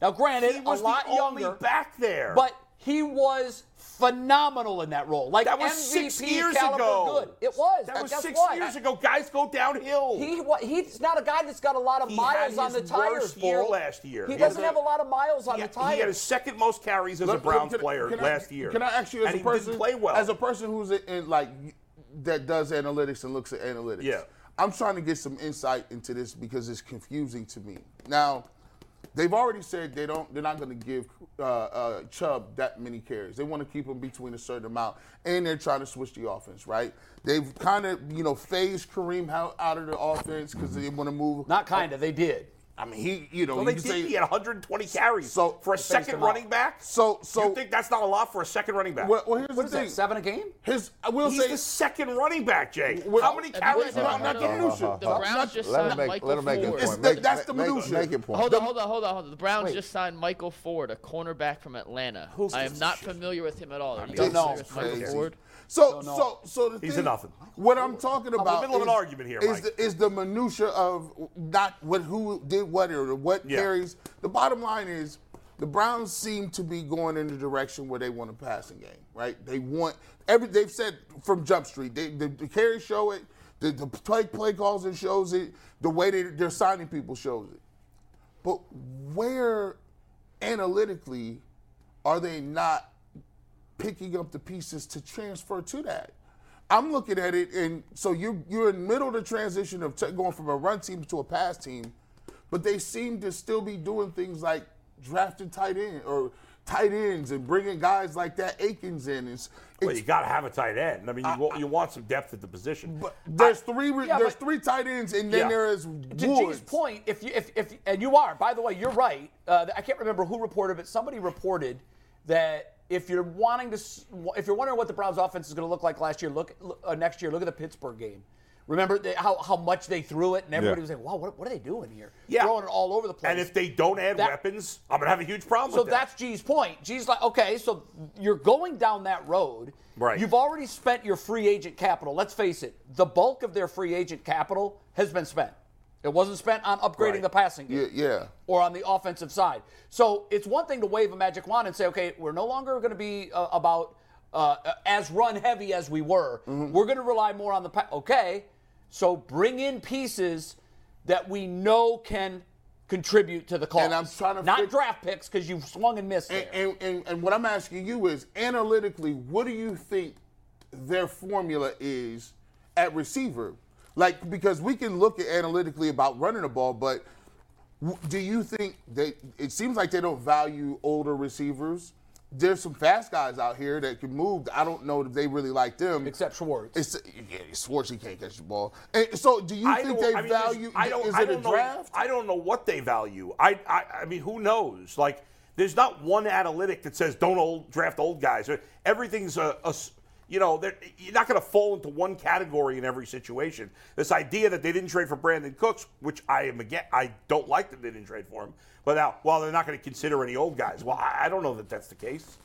Now, granted,
He was
a lot
the only
younger,
back there.
but he was phenomenal in that role. Like
That was
MVP
six years
caliber
ago.
Good. It was.
That
and
was
guess
six
what?
years ago. Guys go downhill.
He, wa- he's not a guy that's got a lot of
He
miles
had
on the
his
tires.
worst year
Bull.
last year.
He
He
doesn't
had-
have a lot of miles on
he,
the tires.
he had his second most carries as
Let-
a Browns
can I-
player
can I-
last year.
Can I ask you, as
and
a
he
person,
didn't play well.
as a person who's in, in like that does analytics and looks at analytics?
Yeah.
I'm trying to get some insight into this because it's confusing to me. Now, they've already said they don't. They're not going to give uh, uh, Chubb that many carries. They want to keep him between a certain amount, and they're trying to switch the offense. Right? They've kind of you know phased Kareem out, out of the offense because they want to move.
not kind of. They did.
I mean, he you know
well,
you
they
can
did.
say-
he had 120 carries
So-
for a
Phased
second
him out.
running back.
So- so-
you think that's not a lot for a second running back?
well, well, here's
What's
the thing.
that? Seven a game?
His I will
He's
say
the second running back, Jake.
Well,
How many
and
carries?
listen,
did
I'm
he
not
get?
getting
Uh-huh.
into
The
I'm
Browns
not-
just
Let him
signed
make,
Michael
let him make his
Ford.
It's
point.
the-
Make-
that's the
make-
minutia.
Make your point.
Hold on, hold on, hold on, hold on. The Browns
Wait.
just signed Michael Ford, a cornerback from Atlanta.
Who's
I am
this
not
shit?
familiar with him at all. Are you guys
this
mean,
familiar
is
with Michael
crazy.
Ford?
So,
No, no.
so, so the
He's
thing,
a nothing.
What I'm talking about
middle of
is,
an argument here,
is
Mike.
the, is the minutia of not what who did what or what
Yeah.
carries. The bottom line is the Browns seem to be going in the direction where they want a passing game, right? They want every. They've said from Jump Street, they, the, the carries show it. The, the play play calls it shows it. The way they, they're signing people shows it. But where analytically are they not picking up the pieces to transfer to that? I'm looking at it, and so you're you're in the middle of the transition of t- going from a run team to a pass team, but they seem to still be doing things like drafting tight end or tight ends and bringing guys like that Akins in. It's,
Well,
it's-
you got to have a tight end. I mean, you, wa- you want some depth at the position.
but there's three re-
yeah,
there's
but-
three tight ends, and then
Yeah.
there is
To
Woods.
G's point, if you if, if and you are, by the way, you're right. Uh, I can't remember who reported, but somebody reported that if you're wanting to, s- if you're wondering what the Browns' offense is going to look like last year, look look- uh, next year. Look at the Pittsburgh game. Remember the, how how much they threw it, and everybody was like, "Wow, what, what are they doing here?
Yeah.
Throwing it all over the place."
and if they don't add
That-
weapons, I'm gonna have a huge problem.
So
with that.
that's G's point. G's like, okay, so you're going down that road.
Right.
You've already spent your free agent capital. Let's face it, the bulk of their free agent capital has been spent. It wasn't spent on upgrading
Right.
the passing game
yeah, yeah.
or on the offensive side. So it's one thing to wave a magic wand and say, okay, we're no longer going to be uh, about uh, as run heavy as we were. We're going to rely more on the pa- okay. So bring in pieces that we know can contribute to the cause.
And I'm trying to
not
fig-
draft picks because you've swung and missed. there.
And, and, and, and what I'm asking you is analytically, what do you think their formula is at receiver? Like, because we can look at analytically about running the ball, but w- do you think they, it seems like they don't value older receivers? There's some fast guys out here that can move. I don't know if they really like them.
Except Schwartz.
It's, yeah, Schwartz, he can't catch the ball. And so, do you think they
I mean,
value?
there's- I don't,
is
I
it
don't
a draft?
Know, I don't know what they value. I, I, I mean, who knows? Like, there's not one analytic that says don't old, draft old guys. Everything's a, a s- you know, they're- you're not going to fall into one category in every situation. This idea that they didn't trade for Brandon Cooks, which I am again, I don't like that they didn't trade for him. But now, well, they're not going to consider any old guys. Well, I, I don't know that that's the case.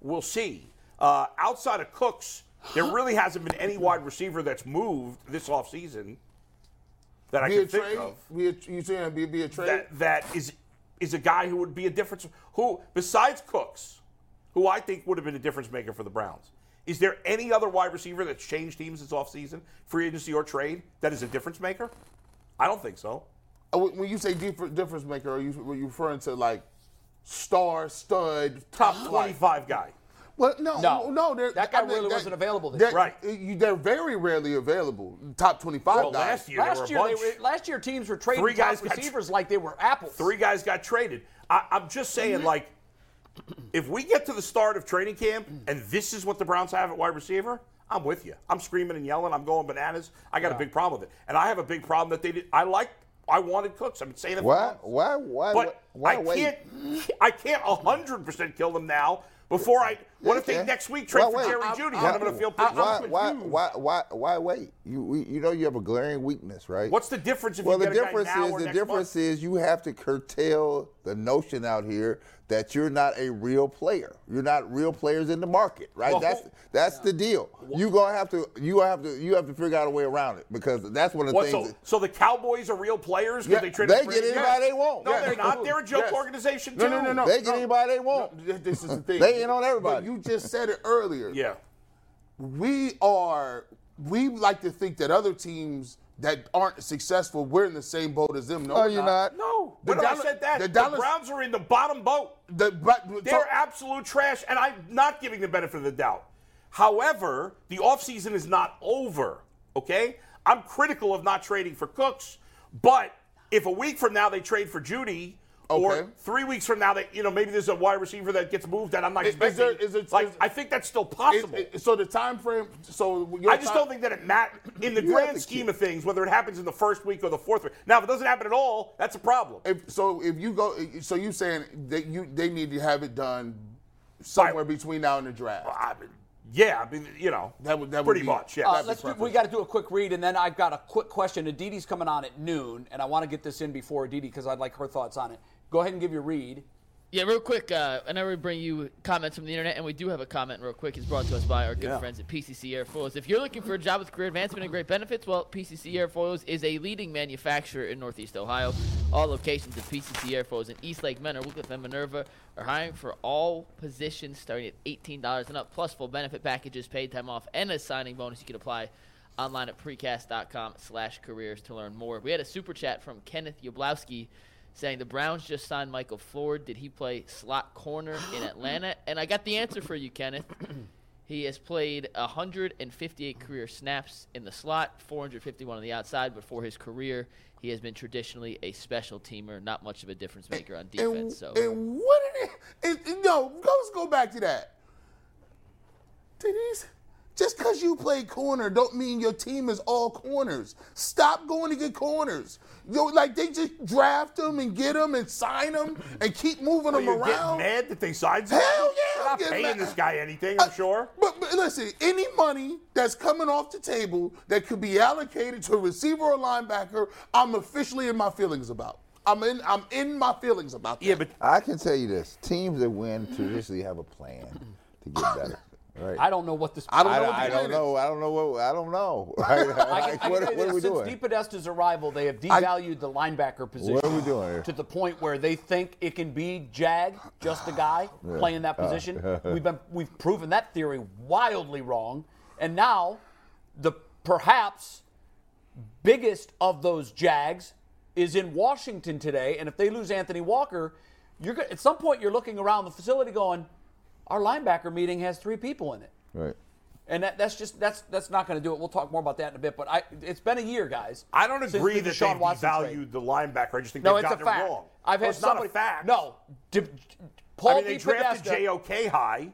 We'll see. Uh, outside of Cooks, there really hasn't been any wide receiver that's moved this offseason that I
be a
can think
trade?
of
Be a, you saying be, be a trade?
that that is is a guy who would be a difference. Who besides Cooks, who I think would have been a difference maker for the Browns. Is there any other wide receiver that's changed teams this offseason, free agency or trade, that is a difference maker? I don't think so.
Uh, When when you say differ- difference maker, are you, were you referring to like star, stud, top
Top
flight?
25 guy.
Well, no,
No.
no, they're-
That guy
mean,
really
they-
wasn't available this
they-
year.
Right.
you- They're very rarely available. Top twenty-five.
Well,
guys.
last year
Last
there
year,
were a
they
bunch.
were, last year teams were trading
Three guys
top
got-
receivers like they were apples.
three guys got traded. I, I'm just saying, like, if we get to the start of training camp and this is what the Browns have at wide receiver, I'm with you. I'm screaming and yelling. I'm going bananas. I got a big problem with it, and I have a big problem that they did. I like. I wanted Cooks. I've been saying that. for
Why?
months.
Why? Why?
But
why
I
wait?
can't. I can't 100 percent kill them now. Before I, what if they
Yeah.
next week trade
Why
for
wait?
Jerry
I-
Judy?
I-
and I'm going to feel
why,
pretty
why,
confident.
why, why, why, wait? You, we, you know you have a glaring weakness, right?
What's the difference if
well,
you
the
get a guy
difference
now
is
or
the
next month?
difference is you have to curtail the notion out here that you're not a real player. You're not real players in the market, right?
Well,
that's that's the deal. You gonna have to you have to you have to figure out a way around it because that's one of the
What,
things.
so, so the Cowboys are real players because
Yeah,
they trade.
they
up for-
get anybody they want.
No,
Yes.
they're not. They're a joke
Yes.
organization
No,
too.
no, no, no.
They get anybody they
No,
want.
th- this
[laughs]
is the thing.
They in on everybody.
But you just said it earlier.
Yeah.
we are we like to think that other teams that aren't successful we're in the same boat as them no
no,
we're
you're not.
No.
The
when I
Dallas-
said that, the,
the Dallas-
Browns are in the bottom boat.
The- but-
They're absolute trash, and I'm not giving the benefit of the doubt. However, the offseason is not over, okay? I'm critical of not trading for Cooks, but if a week from now they trade for Judy,
Okay.
or three weeks from now that you know maybe there's a wide receiver that gets moved that I'm not
Is- is
expecting.
there- is it-
like
is-
I think that's still
it-
possible.
it- so the time frame so your
I just
time-
don't think that
[clears throat]
it matters in the
You have
grand
to
scheme
keep-
of things whether it happens in the first week or the fourth week. Now, if it doesn't happen at all, that's a problem.
if, so if you go so you saying that you they need to have it done somewhere
Right.
between now and the draft
I mean, yeah, I mean, you know,
That would- that would
pretty
be-
much. Yeah,
Uh,
That'd
let's
be
Let's do,
preferable.
we got to do a quick read, and then I've got a quick question. Aditi's coming on at noon, and I want to get this in before Aditi because I'd like her thoughts on it. Go ahead and give your read.
Yeah, real quick, uh, I know we bring you comments from the internet, and we do have a comment real quick. It's brought to us by our good friends at PCC Airfoils. If you're looking for a job with career advancement and great benefits, well, PCC Airfoils is a leading manufacturer in Northeast Ohio. All locations of PCC Airfoils in Eastlake, Menor, Wycliffe, and Minerva are hiring for all positions starting at $18 and up, plus full benefit packages, paid time off, and a signing bonus. You can apply online at precast.com slash careers to learn more. We had a super chat from Kenneth Yablowski saying the Browns just signed Michael Floyd. Did he play slot corner in Atlanta? And I got the answer for you, Kenneth. He has played 158 career snaps in the slot, 451 on the outside, but for his career, he has been traditionally a special teamer, not much of a difference maker on
and,
defense. So
and what did it, it no let's go back to that Did these- just because you play corner don't mean your team is all corners stop going to get corners you know, like they just draft them and get them and sign them and keep moving
Are
them
you
around
getting mad that they signed
Hell
somebody?
yeah,
They're
I'm
not
getting
paying
mad.
this guy anything, I'm
Uh,
sure.
But, but listen, any money that's coming off the table that could be allocated to a receiver or linebacker, I'm officially in my feelings about. I'm in. I'm in my feelings about. That.
Yeah, but
I can tell you this: teams that win traditionally have a plan to get [coughs] better. Right?
I don't know what this.
I don't
I,
know.
don't,
what the
I
plan
don't
is.
know. I don't know what. I don't
[laughs]
know. Right?
I
Like,
can
what,
tell you
what are
this,
we
since
doing?
Dee Podesta's arrival, they have devalued the linebacker position.
What are we doing here?
To the point where they think it can be Jag, just
[sighs]
a guy playing
Uh,
that
[laughs]
position. we've been we've proven that theory wildly wrong, and now the perhaps biggest of those Jags is in Washington today. And if they lose Anthony Walker, you're go- at some point you're looking around the facility going, our linebacker meeting has three people in it.
Right.
And that, that's just that's that's not going to do it. We'll talk more about that in a bit. But I, it's been a year, guys.
I don't
since
agree
the
that
Deshaun
they
Watson
devalued
trade.
the linebacker. I just think
No,
they've
it's a
gotten
fact.
it wrong.
I've
No,
had
it's
somebody.
not a fact.
No, D- Paul
I mean, they
D.
drafted
Podesta-
J.O.K. high.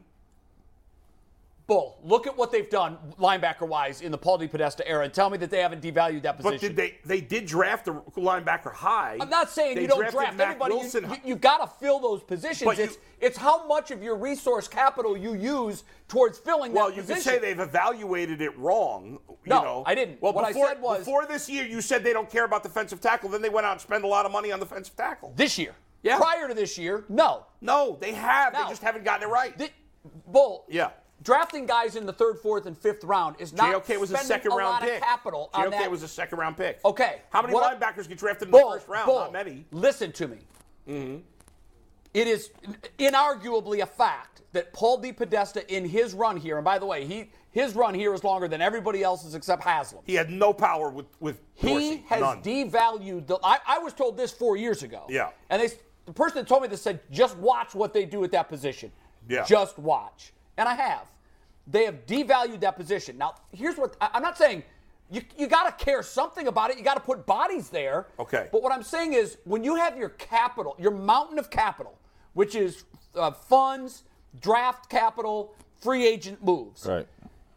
Bull, look at what they've done linebacker wise in the Paul D. Podesta era, and tell me that they haven't devalued that position.
But did they? They did draft the linebacker high.
I'm not saying
They
you don't
drafted
draft
Mack
anybody. You-
Wilson
you,
high.
you, got to fill those positions.
But you-
it's it's how much of your resource capital you use towards filling
Well,
that
you could
position.
say they've evaluated it wrong. You
No,
know.
I didn't.
Well,
What I
before,
said was-
before this year, you said they don't care about defensive tackle. Then they went out and spent a lot of money on defensive tackle.
this year.
Yeah.
Prior to this year, no.
no, they have.
No.
They just haven't gotten it right.
Thi- Bull.
Yeah.
Drafting guys in the third, fourth, and fifth round is not
JOK was a
spending
second
a
round
lot
pick.
of capital on
JOK
that.
was a second round pick.
Okay.
How many
What I-
linebackers get drafted in
Bull,
the first round?
Bull,
Not many. Mm-hmm.
Listen to me. It is inarguably a fact that Paul D. Podesta in his run here, and by the way, he his run here is longer than everybody else's except Haslam.
He had no power with with Dorsey.
He has
None.
devalued the. I, I was told this four years ago.
Yeah.
And they, the person that told me this said, just watch what they do at that position.
Yeah.
Just watch. and I have. They have devalued that position. Now, here's what I- I'm not saying you, you got to care something about it. You got to put bodies there.
Okay.
But what I'm saying is when you have your capital, your mountain of capital, which is uh, funds, draft capital, free agent moves,
Right.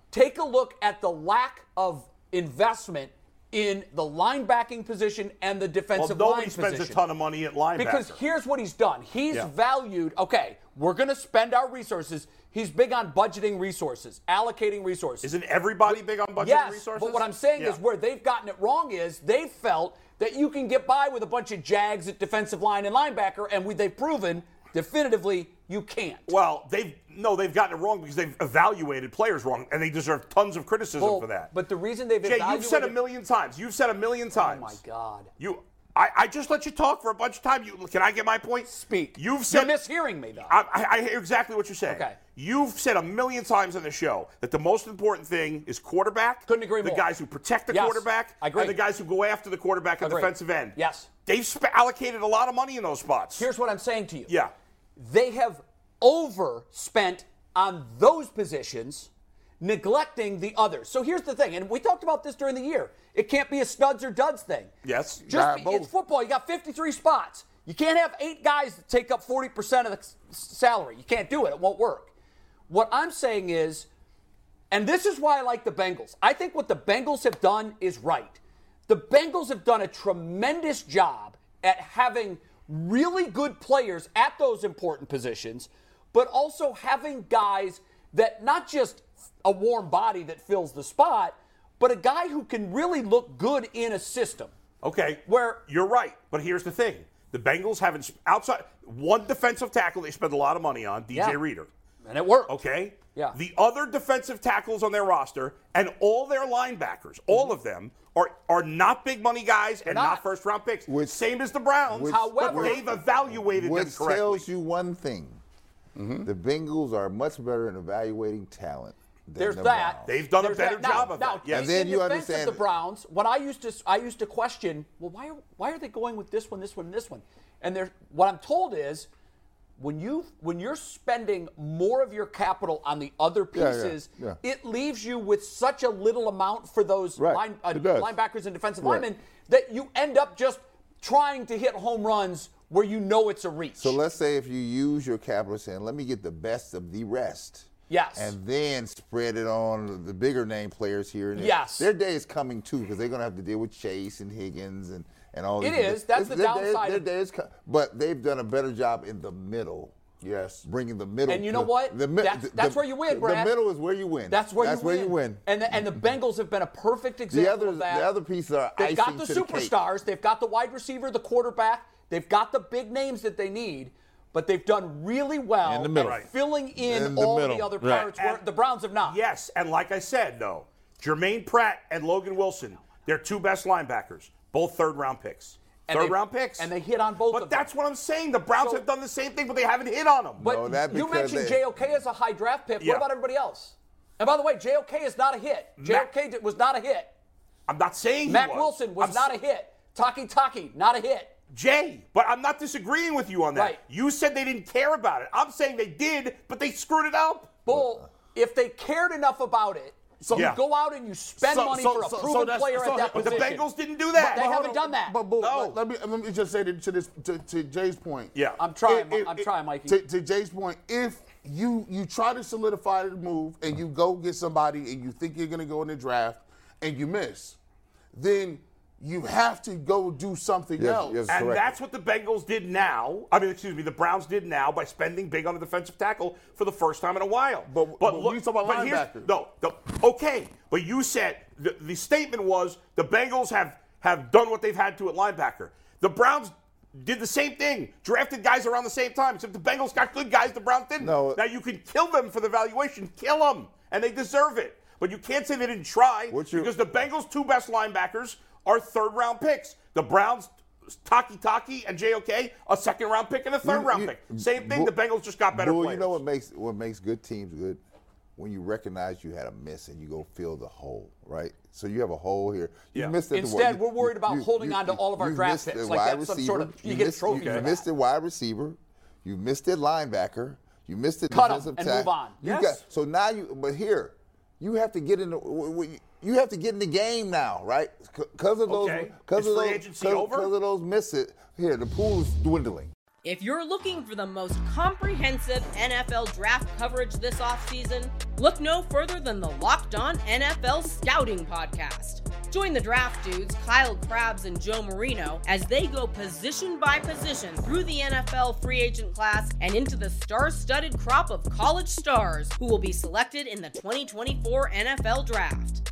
take a look at the lack of investment in the linebacking position and the
Well,
defensive line
nobody
position.
spends a ton of money at linebacker.
Because here's what he's done. He's
Yeah.
valued, okay, we're going to spend our resources. He's big on budgeting resources, allocating resources.
Isn't everybody big on budget
yes,
resources?
but what I'm saying
Yeah.
is where they've gotten it wrong is they felt that you can get by with a bunch of jags at defensive line and linebacker, and we, they've proven definitively you can't.
Well, they've no, they've gotten it wrong because they've evaluated players wrong, and they deserve tons of criticism
Well,
for that.
But the reason they've
Jay, you've said a
evaluated-
million times. You've said a million
Oh
times.
my God.
You, I, I just let you talk for a bunch of time. You, can I get my point?
Speak.
You've said
You're mishearing me, though.
I, I, I hear exactly what you're saying.
Okay.
You've said a million times on the show that the most important thing is quarterback.
Couldn't agree
the
more.
The guys who protect the
Yes,
quarterback
I agree.
and the guys who go after the quarterback and
Agree.
defensive end.
Yes.
They've sp- allocated a lot of money in those spots.
Here's what I'm saying to you.
yeah.
they have overspent on those positions, neglecting the others. So here's the thing, and we talked about this during the year. It can't be a studs or duds thing.
Yes.
Just
Nah,
be, it's
both.
football. You got 53 spots. You can't have eight guys that take up 40% of the s- salary. You can't do it. It won't work. What I'm saying is, and this is why I like the Bengals. I think what the Bengals have done is right. The Bengals have done a tremendous job at having really good players at those important positions, but also having guys that not just a warm body that fills the spot, but a guy who can really look good in a system.
Okay.
Where-
you're right, but here's the thing: the Bengals haven't sp- outside one defensive tackle they spend a lot of money on, DJ
Yeah.
Reader.
And it worked.
Okay.
Yeah.
The other defensive tackles on their roster and all their linebackers, all of them are are not big money guys and not,
not.
first round picks.
Which-
Same as the Browns.
which-
However-
but they've evaluated them
Which
correctly.
tells you one thing. The Bengals are much better at evaluating talent than
There's
the
that.
Browns.
They've done a
There's
better
that. Now-
job of
now,
that, yes.
And then
in
you
defense
understand-
of the Browns. When I used to, I used to question, well, why are why are they going with this one, this one, this one? And there, what I'm told is, when you when you're spending more of your capital on the other
Yeah, yeah,
pieces,
yeah.
it leaves you with such a little amount for those
Right,
line, uh,
it does.
linebackers and defensive
Right.
linemen that you end up just trying to hit home runs where you know it's a reach.
So let's say if you use your capital saying, let me get the best of the rest.
Yes.
And then spread it on the bigger name players here. And there.
Yes.
Their day is coming too because they're going to have to deal with Chase and Higgins and, and all
It
these-
is. That's
It's-
the
their day-
downside
their
of-
day is co- but they've done a better job in the middle. Yes. Bringing the middle.
And you know
the-
what?
The, mi-
That's-
the-
that's
the-
where you win,
The
Brad.
middle is where you win.
That's where you win.
you win.
And the, and the Bengals have been a perfect example
the other,
of that.
the other pieces are
They've
icing
got
to
the
the cake.
superstars. They've got the wide receiver, the quarterback. They've got the big names that they need, but they've done really well
In the middle.
at filling in,
In the
all the
middle.
other
Right.
parts where the Browns have not.
Yes, and like I said, though, Jermaine Pratt and Logan Wilson, they're two best linebackers, both third round picks.
And
third
they-
round picks.
and they hit on both
But
of them.
that's what I'm saying. The Browns
So-
have done the same thing, but they haven't hit on them.
But
No, that
you
because
mentioned
they-
JOK as a high draft pick.
Yeah.
What about everybody else? And by the way, JOK is not a hit.
Mac-
JOK did- was not a hit.
I'm not saying he
Mac
was.
Wilson was
I'm
not
s-
a hit. Taki Taki, not a hit.
Jay, but I'm not disagreeing with you on that.
Right.
You said they didn't care about it. I'm saying they did, but they screwed it up.
Bull, if they cared enough about it, so
Yeah.
you go out and you spend
So-
money
so-
for a
so- so
proven
that's-
player
so-
at that
But the
position.
Bengals didn't do that.
But they
Hold
haven't
on.
done that.
But, but
No.
let, let me let me just say to, to this to, to Jay's point.
Yeah.
I'm trying.
If- if-
I'm
if-
trying, Mikey.
To, to Jay's point, if you you try to solidify the move and you go get somebody and you think you're going to go in the draft and you miss, then you have to go do something
Yes,
else.
yes,
and
correct.
that's what the Bengals did now. I mean, excuse me, the Browns did now by spending big on a defensive tackle for the first time in a while.
But- but we talk about
here's-
linebacker.
No, the, okay, but you said the, the statement was the Bengals have have done what they've had to at linebacker. The Browns did the same thing, drafted guys around the same time, except the Bengals got good guys, the Browns didn't.
No.
Now you can kill them for the valuation, kill them, and they deserve it. But you can't say they didn't try
What's your-
because the Bengals' two best linebackers are third round picks. The Browns, Taki Taki and JOK, a second round pick and a third
You-
round
you-
pick. Same thing.
Bu-
the Bengals just got better
Bu,
players.
you know what makes what makes good teams good? When you recognize you had a miss and you go fill the hole, right? So you have a hole here. You
Yeah.
missed it. at the-
Instead,
you-
we're worried about holding on to all of our
you
draft
missed
picks,
the
like
wide
that's some sort of- you get a
missed,
trophy
You
for
missed
that.
the wide receiver. You missed the linebacker. You missed the
Cut 'em
defensive
and
tack-
move on.
You
Yes.
got, so now you, but here, you have to get in the, w- w- you have to get in the game now, right? Because of those,
Okay.
because
Is
of
free
those,
agency over?
because of those misses. Here, the pool is dwindling.
If you're looking for the most comprehensive NFL draft coverage this offseason, look no further than the Locked On NFL Scouting Podcast. Join the draft dudes, Kyle Krabs and Joe Marino, as they go position by position through the NFL free agent class and into the star studded crop of college stars who will be selected in the 2024 NFL Draft.